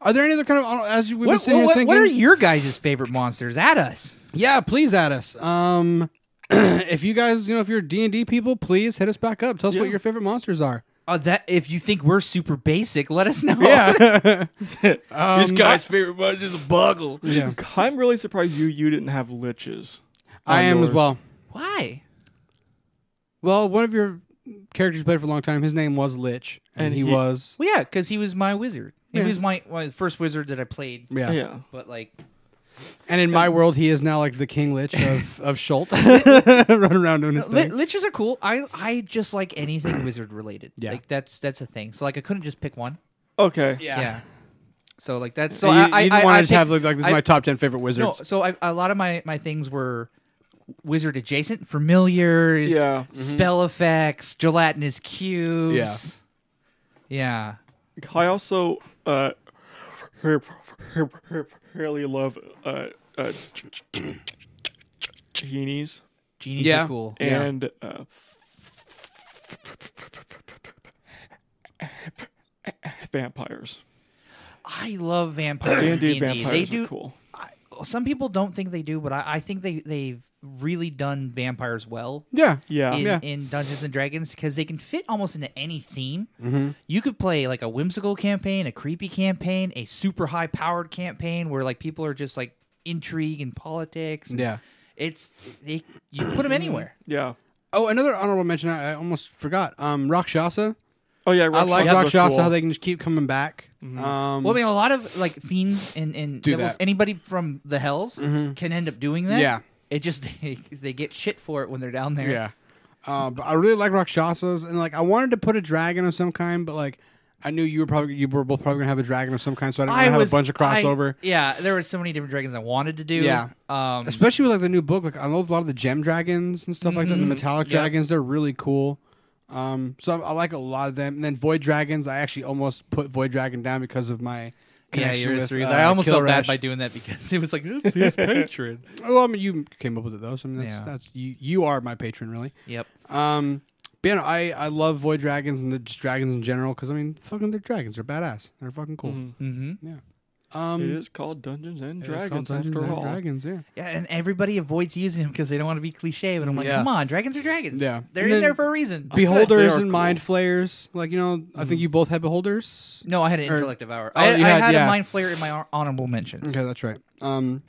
D: are there any other kind of uh, as you we've been
E: What,
D: sitting
E: what,
D: here
E: what,
D: thinking?
E: what are your guys' favorite monsters? At us.
D: Yeah, please add us. Um, if you guys, you know, if you're D and D people, please hit us back up. Tell us what your favorite monsters are.
E: Uh, that if you think we're super basic, let us know.
D: Yeah,
G: this guy's favorite was just a bugle.
D: Um, yeah.
C: I'm really surprised you you didn't have liches. on
D: I am as
C: yours.
D: well.
E: Why?
D: Well, one of your characters you played for a long time. His name was Lich, and,
C: And
D: he,
C: he-
D: was
E: Well, yeah, because he was my wizard.
D: Yeah.
E: He was my, my first wizard that I played.
D: yeah.
C: Yeah.
E: But like,
D: And in my world, he is now like the King Lich of of Schult, running around doing his
E: li-
D: thing.
E: liches are cool. I I just like anything wizard related.
D: Yeah.
E: like that's that's a thing. So like, I couldn't just pick one.
C: Okay.
E: Yeah. So like that's
D: So
E: so
D: you,
E: I,
D: you
E: I,
D: didn't
E: I,
D: want
E: I
D: to just
E: picked-
D: have like, like this is
E: I-
D: my top ten favorite
E: No,
D: wizards.
E: so I, a lot of my my things were wizard adjacent, familiars,
C: Yeah. mm-hmm.
E: spell effects, gelatinous cubes.
D: Yeah.
E: Yeah.
C: I also uh, her, her, her, really love uh, uh, genies
E: Genies
D: Yeah.
E: are cool.
D: Yeah.
C: and uh, vampires.
E: I love vampires.
C: D
E: in
C: and D
E: D&D. They
C: vampires
E: do.
C: are cool.
E: Some people don't think they do, but I, I think they they've really done vampires well.
D: yeah,
C: Yeah.
E: in,
D: Yeah.
E: in Dungeons and Dragons because they can fit almost into any theme. You could play like a whimsical campaign, a creepy campaign, a super high powered campaign where like people are just like intrigue and politics. and
D: yeah.
E: it's they, you put them anywhere.
C: Yeah.
D: Oh, another honorable mention. I, I almost forgot. Um, Rakshasa.
C: Oh yeah.
D: I like
C: Rakshasa are
D: Rakshasa.
C: cool.
D: How they can just keep coming back. Um,
E: Mm-hmm. Well, I mean, a lot of like fiends and and
D: Do
E: devils,
D: that.
E: anybody from the hells can end up doing that.
D: Yeah.
E: it just they, they get shit for it when they're down there.
D: Yeah. Uh, but I really like Rakshasas, and like I wanted to put a dragon of some kind, but like I knew you were probably you were both probably gonna have a dragon of some kind, so I didn't want
E: I
D: to have
E: was
D: a bunch of
E: I-
D: crossover.
E: yeah, there were so many different dragons I wanted to do.
D: Yeah.
E: um,
D: Especially with like the new book, like I love a lot of the gem dragons and stuff like that. The
E: Mm-hmm.
D: metallic dragons, they're really cool. Um, so I, I like a lot of them. And then void dragons, I actually almost put void dragon down because of my
E: yeah,
D: connection
E: you're
D: with.
E: with,
D: uh,
E: I almost felt bad
D: Kil'Resh.
E: by doing that because it was like it's his patron.
D: Well, I mean, you came up with it though. So I mean, that's,
E: Yeah.
D: that's you. You are my patron, really.
E: Yep.
D: Um, but yeah, no, I I love void dragons and the, just dragons in general because I mean, fucking they're dragons. They're badass. They're fucking cool.
E: Mm-hmm.
D: Um,
C: It is called Dungeons and
D: it's called
C: Dragons
D: Dungeons
C: after
D: and
C: all.
D: Dragons, yeah.
E: Yeah, and everybody avoids using them because they don't want to be cliche. But I'm like,
D: Yeah.
E: come on, dragons are dragons.
D: Yeah.
E: they're
D: And
E: in
D: then
E: there for a reason.
D: Beholders
C: They are
D: and mind flayers, like you know, I
E: Mm-hmm.
D: think you both had beholders.
E: No, I had an
D: Or-
E: intellect hour.
D: Oh,
E: I,
D: you
E: I
D: had-
E: had,
D: yeah.
E: a mind flayer in my hon- honorable mentions.
D: Okay, that's right. Um,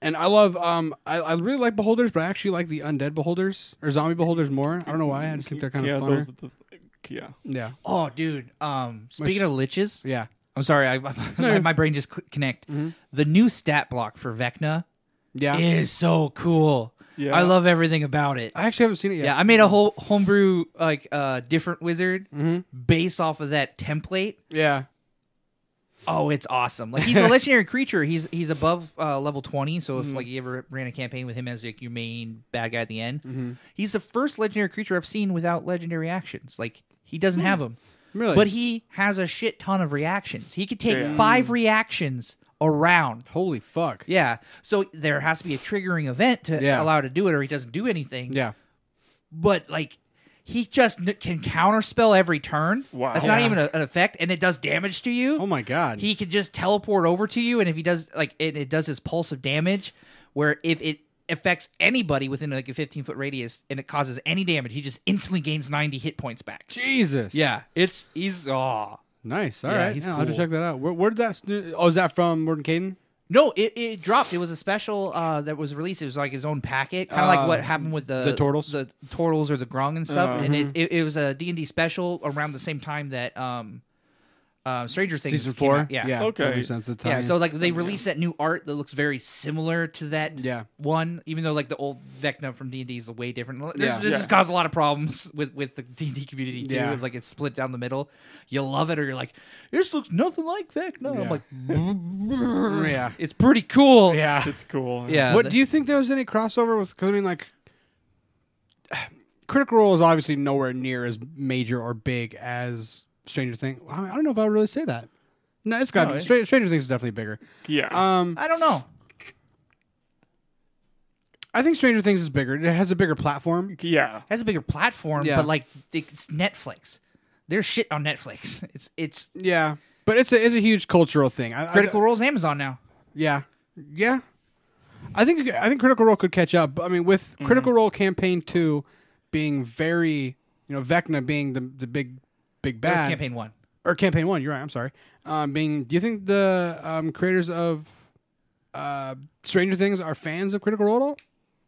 D: and I love um, I, I really like beholders, but I actually like the undead beholders or zombie beholders more. I don't know why. I just think they're kind
C: yeah,
D: of funner.
C: those are the, yeah.
D: Yeah,
E: Oh, dude. Um, speaking
D: Which-
E: of liches,
D: yeah.
E: I'm sorry, I, my, my brain just cl- connect. The new stat block for Vecna
D: Yeah,
E: is so cool.
C: Yeah.
E: I love everything about it.
D: I actually haven't seen it yet.
E: yeah, Mm-hmm. I made a whole homebrew like uh different wizard based off of that template.
D: yeah,
E: Oh, it's awesome! Like he's a legendary creature. He's he's above uh, level twenty. So if like you ever ran a campaign with him as like your main bad guy at the end, he's the first legendary creature I've seen without legendary actions. Like he doesn't have them,
D: really.
E: but he has a shit ton of reactions. He could take
C: Yeah.
E: five reactions around.
D: holy fuck.
E: Yeah, so there has to be a triggering event to
D: Yeah.
E: allow to do it, or he doesn't do anything.
D: Yeah.
E: But like, he just n- can counterspell every turn.
C: Wow.
E: that's not even a- an effect, and it does damage to you.
D: Oh my god.
E: He can just teleport over to you, and if he does like it, it does his pulse of damage, where if it affects anybody within like a 15 foot radius and it causes any damage, he just instantly gains 90 hit points back.
D: Jesus.
E: Yeah, it's he's oh
D: Nice. All right.
E: Yeah,
D: yeah,
E: he's
D: I'll have to
E: cool.
D: check that out. Where, where did that? Stu- oh, is that from Morton Caden?
E: no, it, it dropped. It was a special uh, that was released. It was like his own packet, kind of
D: Uh,
E: like what happened with the
D: the turtles? Uh-huh.
E: the turtles or the grong and stuff. and it, it, it was a D and D special around the same time that um, uh, Stranger Things
D: Season
E: came
D: four.
E: out. Yeah,
C: Okay.
D: That makes sense. The
E: Yeah,
D: tie-in.
E: so like they released that new art that looks very similar to that
D: Yeah.
E: one, even though like the old Vecna from D and D is way different. This,
D: Yeah.
E: this has
C: Yeah.
E: caused a lot of problems with with the D and D community too.
D: Yeah.
E: It's like it's split down the middle. You love it or you're like, this looks nothing like Vecna.
D: Yeah.
E: I'm like,
D: yeah.
E: it's pretty cool.
D: Ah. Yeah.
C: It's cool.
E: yeah.
D: what do you think there was any crossover with? Because I mean, like, Critical Role is obviously nowhere near as major or big as Stranger Things. I, mean, I don't know if I would really say that. No, it's got
E: No, it-
D: Stranger, Stranger Things is definitely bigger.
C: Yeah.
D: Um,
E: I don't know.
D: I think Stranger Things is bigger. It has a bigger platform.
C: yeah.
E: It has a bigger platform,
D: Yeah.
E: but like it's Netflix. There's shit on Netflix. It's it's
D: Yeah, but it's a it's a huge cultural thing. I, I-
E: Critical Role's Amazon now.
D: Yeah. Yeah. I think I think Critical Role could catch up. I mean, with
E: Mm-hmm.
D: Critical Role Campaign Two being very, you know, Vecna being the the big big
E: That
D: bad
E: was campaign one.
D: or Campaign One. You're right. I'm sorry. Um, being, do you think the um, creators of uh, Stranger Things are fans of Critical Role? at all?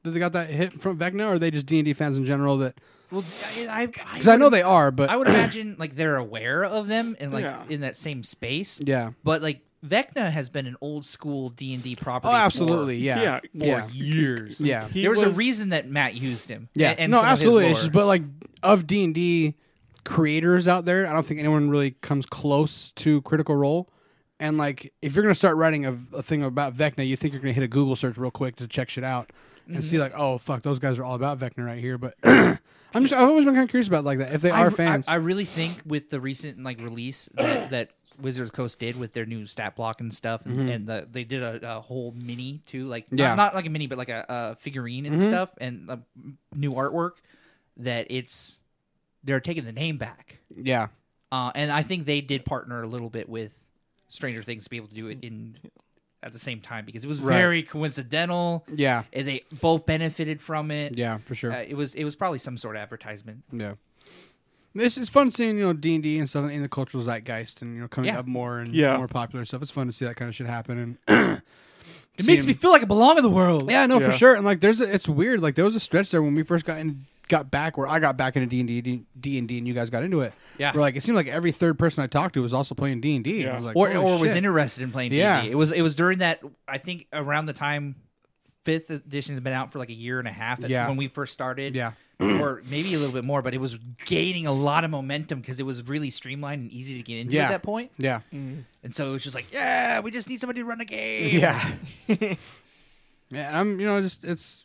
D: Did they got that hit from Vecna, or are they just D and D fans in general? That
E: Well, I
D: because I know they are, but
E: I would imagine like they're aware of them and like
C: Yeah.
E: in that same space.
D: yeah.
E: But like Vecna has been an old school D and D property.
D: Oh,
E: for-
D: absolutely. Yeah.
C: yeah, for
D: Yeah.
C: years.
D: Yeah.
C: He
E: there was, a reason that Matt used him.
D: Yeah,
E: and, and
D: no,
E: some of his
D: absolutely. It's
E: lore.
D: just, but like of D and D creators out there, I don't think anyone really comes close to Critical Role. And like, if you're gonna start writing a, a thing about Vecna, you think you're gonna hit a Google search real quick to check shit out and
E: Mm-hmm.
D: see like, oh fuck, those guys are all about Vecna right here. But I'm just, I've always been kind of curious about like that if they
E: I-
D: are
E: I-
D: fans.
E: I, really think with the recent like release that, that Wizards Coast did with their new stat block and stuff, and, and the, they did a, a whole mini too, like not-
D: Mm-hmm. Yeah. Mm-hmm.
E: not, like a mini, but like a, a figurine and stuff, and uh, new artwork. That it's they're taking the name back,
D: yeah,
E: uh, and I think they did partner a little bit with Stranger Things to be able to do it in at the same time because it was very coincidental,
D: yeah,
E: and they both benefited from it.
D: yeah, for sure.
E: Uh, it was it was probably some sort of advertisement.
D: yeah. It's, it's fun seeing you know D and D and stuff in the cultural zeitgeist and you know coming
E: Yeah.
D: up more and
C: Yeah.
D: more popular stuff. It's fun to see that kind of shit happen and
E: It makes me feel like I belong in the world.
D: Yeah, no,
C: Yeah.
D: for sure. And like, there's a, it's weird. Like, there was a stretch there when we first got in, got back where I got back into D and D, D and D, and you guys got into it.
E: Yeah.
D: where like it seemed like every third person I talked to was also playing D and D.
C: Yeah.
E: or or was interested in playing.
D: Yeah.
E: D&D. it was it was during that I think around the time fifth edition has been out for like a year and a half at-
D: Yeah.
E: when we first started.
D: Yeah.
E: or maybe a little bit more, but it was gaining a lot of momentum because it was really streamlined and easy to get into
D: Yeah.
E: at that point.
D: yeah,
E: And so it was just like, yeah, we just need somebody to run a game.
D: yeah. yeah, and I'm you know just it's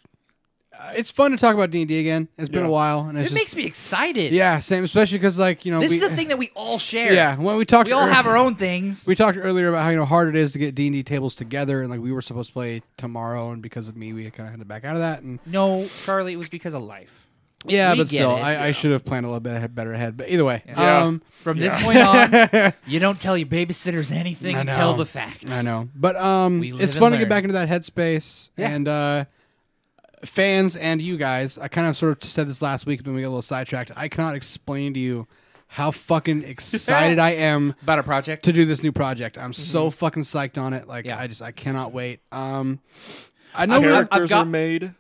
D: uh, it's fun to talk about D and D again. It's been
C: Yeah.
D: a while, and
E: it
D: it's just,
E: makes me excited.
D: yeah, same. Especially because like you know
E: this
D: we,
E: is the thing that we all share.
D: Yeah, when we talked,
E: we all
D: ear-
E: have our own things.
D: We talked earlier about how you know hard it is to get D and D tables together, and like we were supposed to play tomorrow, and because of me, we kind of had to back out of that. And
E: no, Charlie, it was because of life.
D: Yeah,
E: We
D: but
E: get
D: still,
E: it,
D: I, I should have planned a little bit ahead, better ahead. But either way,
C: Yeah.
D: um,
E: From this point on, you don't tell your babysitters anything
D: I know.
E: until the fact.
D: I know. But um,
E: We live
D: it's
E: and
D: fun to get
E: learn.
D: back into that headspace
E: Yeah.
D: and uh, fans and you guys. I kind of sort of said this last week when we got a little sidetracked. I cannot explain to you how fucking excited I am
E: About a project.
D: to do this new project. I'm so fucking psyched on it. Like
E: Mm-hmm. Yeah.
D: I just I cannot wait. Um, I know we-
C: characters
E: I've got-
C: are made.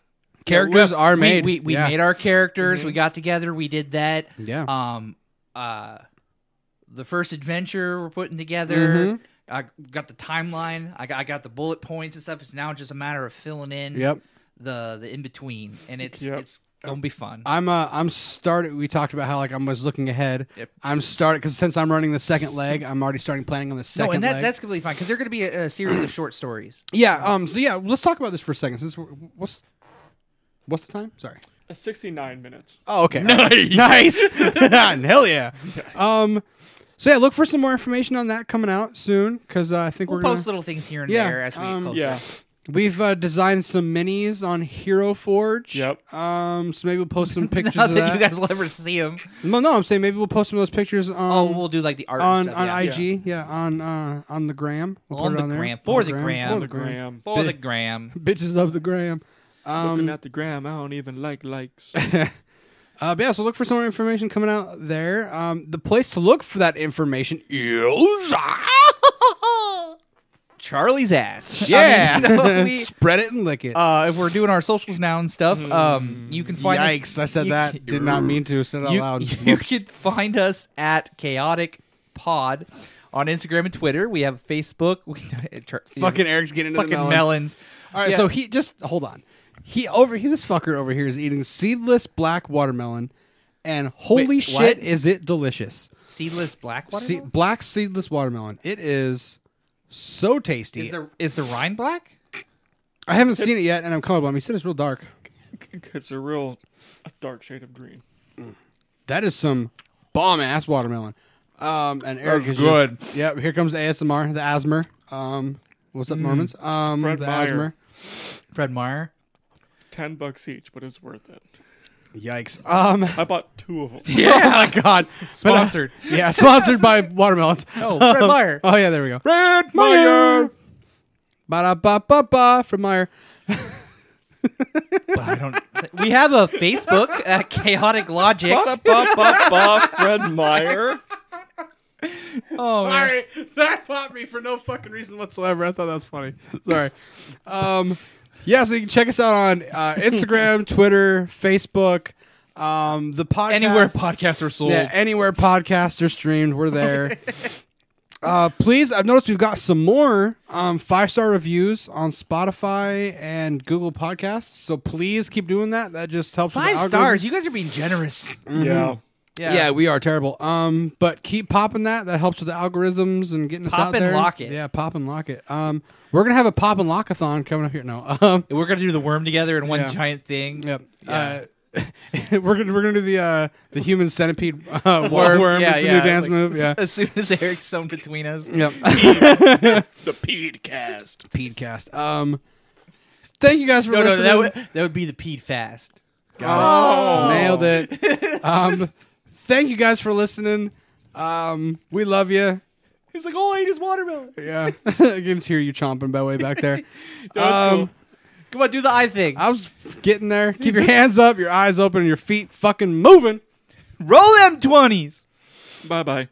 D: characters are
E: We-
D: made.
E: We, we,
D: Yeah. Mm-hmm.
E: made our characters. We got together. We did that.
D: Yeah.
E: Um. Uh. The first adventure we're putting together.
D: Mm-hmm.
E: I got the timeline. I got, I got the bullet points and stuff. It's now just a matter of filling in.
D: Yep.
E: The the in between, and it's
C: Yep.
E: it's gonna be fun.
D: I'm uh, I'm started. We talked about how like I was looking ahead.
E: Yep.
D: I'm started because since I'm running the second leg, I'm already starting planning on the second
E: no, and that,
D: leg.
E: that's completely fine because they're gonna be a, a series of short stories.
D: yeah. Um. So yeah, let's talk about this for a second. Since we're, what's what's the time? Sorry.
C: Uh, Sixty-nine minutes.
D: Oh, okay. Nice. nice. Hell yeah. Um. So yeah, look for some more information on that coming out soon because uh, I think
E: We'll
D: are
E: post
D: gonna,
E: little things here and
D: Yeah,
E: there as we
D: um,
E: get closer.
C: Yeah,
D: we've uh, designed some minis on Hero Forge.
C: Yep.
D: Um. So maybe we'll post some pictures.
E: Not
D: of
E: that you
D: that.
E: guys will ever see them.
D: No, no. I'm saying maybe we'll post some of those pictures. Um,
E: Oh, we'll do like the art
D: on
E: and stuff,
D: on
E: yeah.
D: IG, yeah, on uh, on the gram, We'll
E: On
D: put it
E: the
D: there.
E: gram.
D: On
E: For the gram.
D: For
E: the
C: Graham.
E: for the gram.
D: Bitches love the gram.
C: Looking
D: Um,
C: at the gram, I don't even like likes.
D: uh, but yeah, so look for some more information coming out there. Um, the place to look for that information is
E: Charlie's ass.
D: yeah,
E: I mean, no, we-
D: spread it and lick it.
E: uh, if we're doing our socials now and stuff, um, you can find us.
D: Yikes! I said
E: you-
D: that. Did not mean to. Said it out
E: You,
D: loud.
E: you
D: Whoops.
E: can find us at Chaotic Pod on Instagram and Twitter. We have Facebook. We
D: Fucking Eric's getting into
E: fucking
D: the melon.
E: melons.
D: All right,
E: Yeah.
D: so he just hold on. He over he this fucker over here is eating seedless black watermelon, and holy
E: Wait,
D: shit,
E: what?
D: is it delicious!
E: Seedless black water.
D: Se- black seedless watermelon. It is so tasty.
E: is the is the rind black?
D: I haven't seen it yet, and I'm colorblind. He said it's real dark.
C: it's a real dark shade of green.
D: That is some bomb ass watermelon. Um, and Eric
H: That's
D: is just-
H: good.
D: yep, here comes the ASMR, the asthma. Um, what's up, Mormons? Um,
C: Mm. Fred
D: the
C: Meyer.
D: asthma.
E: Fred Meyer.
C: Ten bucks each, but it's worth it.
D: Yikes. Um,
C: I bought two of them.
D: yeah. oh my god,
E: uh, Sponsored.
D: yeah, sponsored by watermelons.
E: Oh, Fred Meyer.
D: Oh yeah, there we go.
C: Red Meyer.
D: Ba da ba ba ba from Meyer.
E: I don't. We have a Facebook at Chaotic Logic.
C: Ba ba ba ba, Fred Meyer.
E: Oh, man.
D: Sorry, that popped me for no fucking reason whatsoever. I thought that was funny. Sorry. Um, yeah, so you can check us out on uh, Instagram, Twitter, Facebook, um, the podcast.
E: Anywhere podcasts are sold.
D: Yeah, anywhere podcasts are streamed, we're there. uh, please, I've noticed we've got some more um, five star reviews on Spotify and Google Podcasts. So please keep doing that. That just helps. with the
E: Five
D: algorithm.
E: stars. You guys are being generous.
C: Yeah.
D: Yeah. we are terrible. Um, but keep popping that. That helps with the algorithms and getting us
E: Pop
D: out
E: and
D: there.
E: lock it.
D: Yeah, pop and lock it. Um, we're gonna have a pop and lockathon coming up here. No. Um,
E: We're gonna do the worm together in one
D: Yeah.
E: giant thing.
D: yep. Uh, we're gonna we're gonna do the uh, the human centipede uh, worm. worm.
E: Yeah,
D: it's
E: yeah,
D: a new
E: it's
D: dance
E: like-
D: move. Yeah.
E: As soon as Eric's sewn between us.
D: Yep.
F: The peed cast.
D: Pedcast. Um, thank you guys for
E: No, no,
D: listening.
E: that would that would be the peed fast.
D: Got
E: Oh.
D: it. Nailed it. Um, thank you guys for listening. Um, we love you.
E: He's like, all I ate is watermelon.
D: Yeah, I can just hear you chomping by way back there. um,
E: Come on, do the eye thing.
D: I was getting there. Keep your hands up, your eyes open, and your feet fucking moving.
E: Roll them twenties.
C: Bye bye.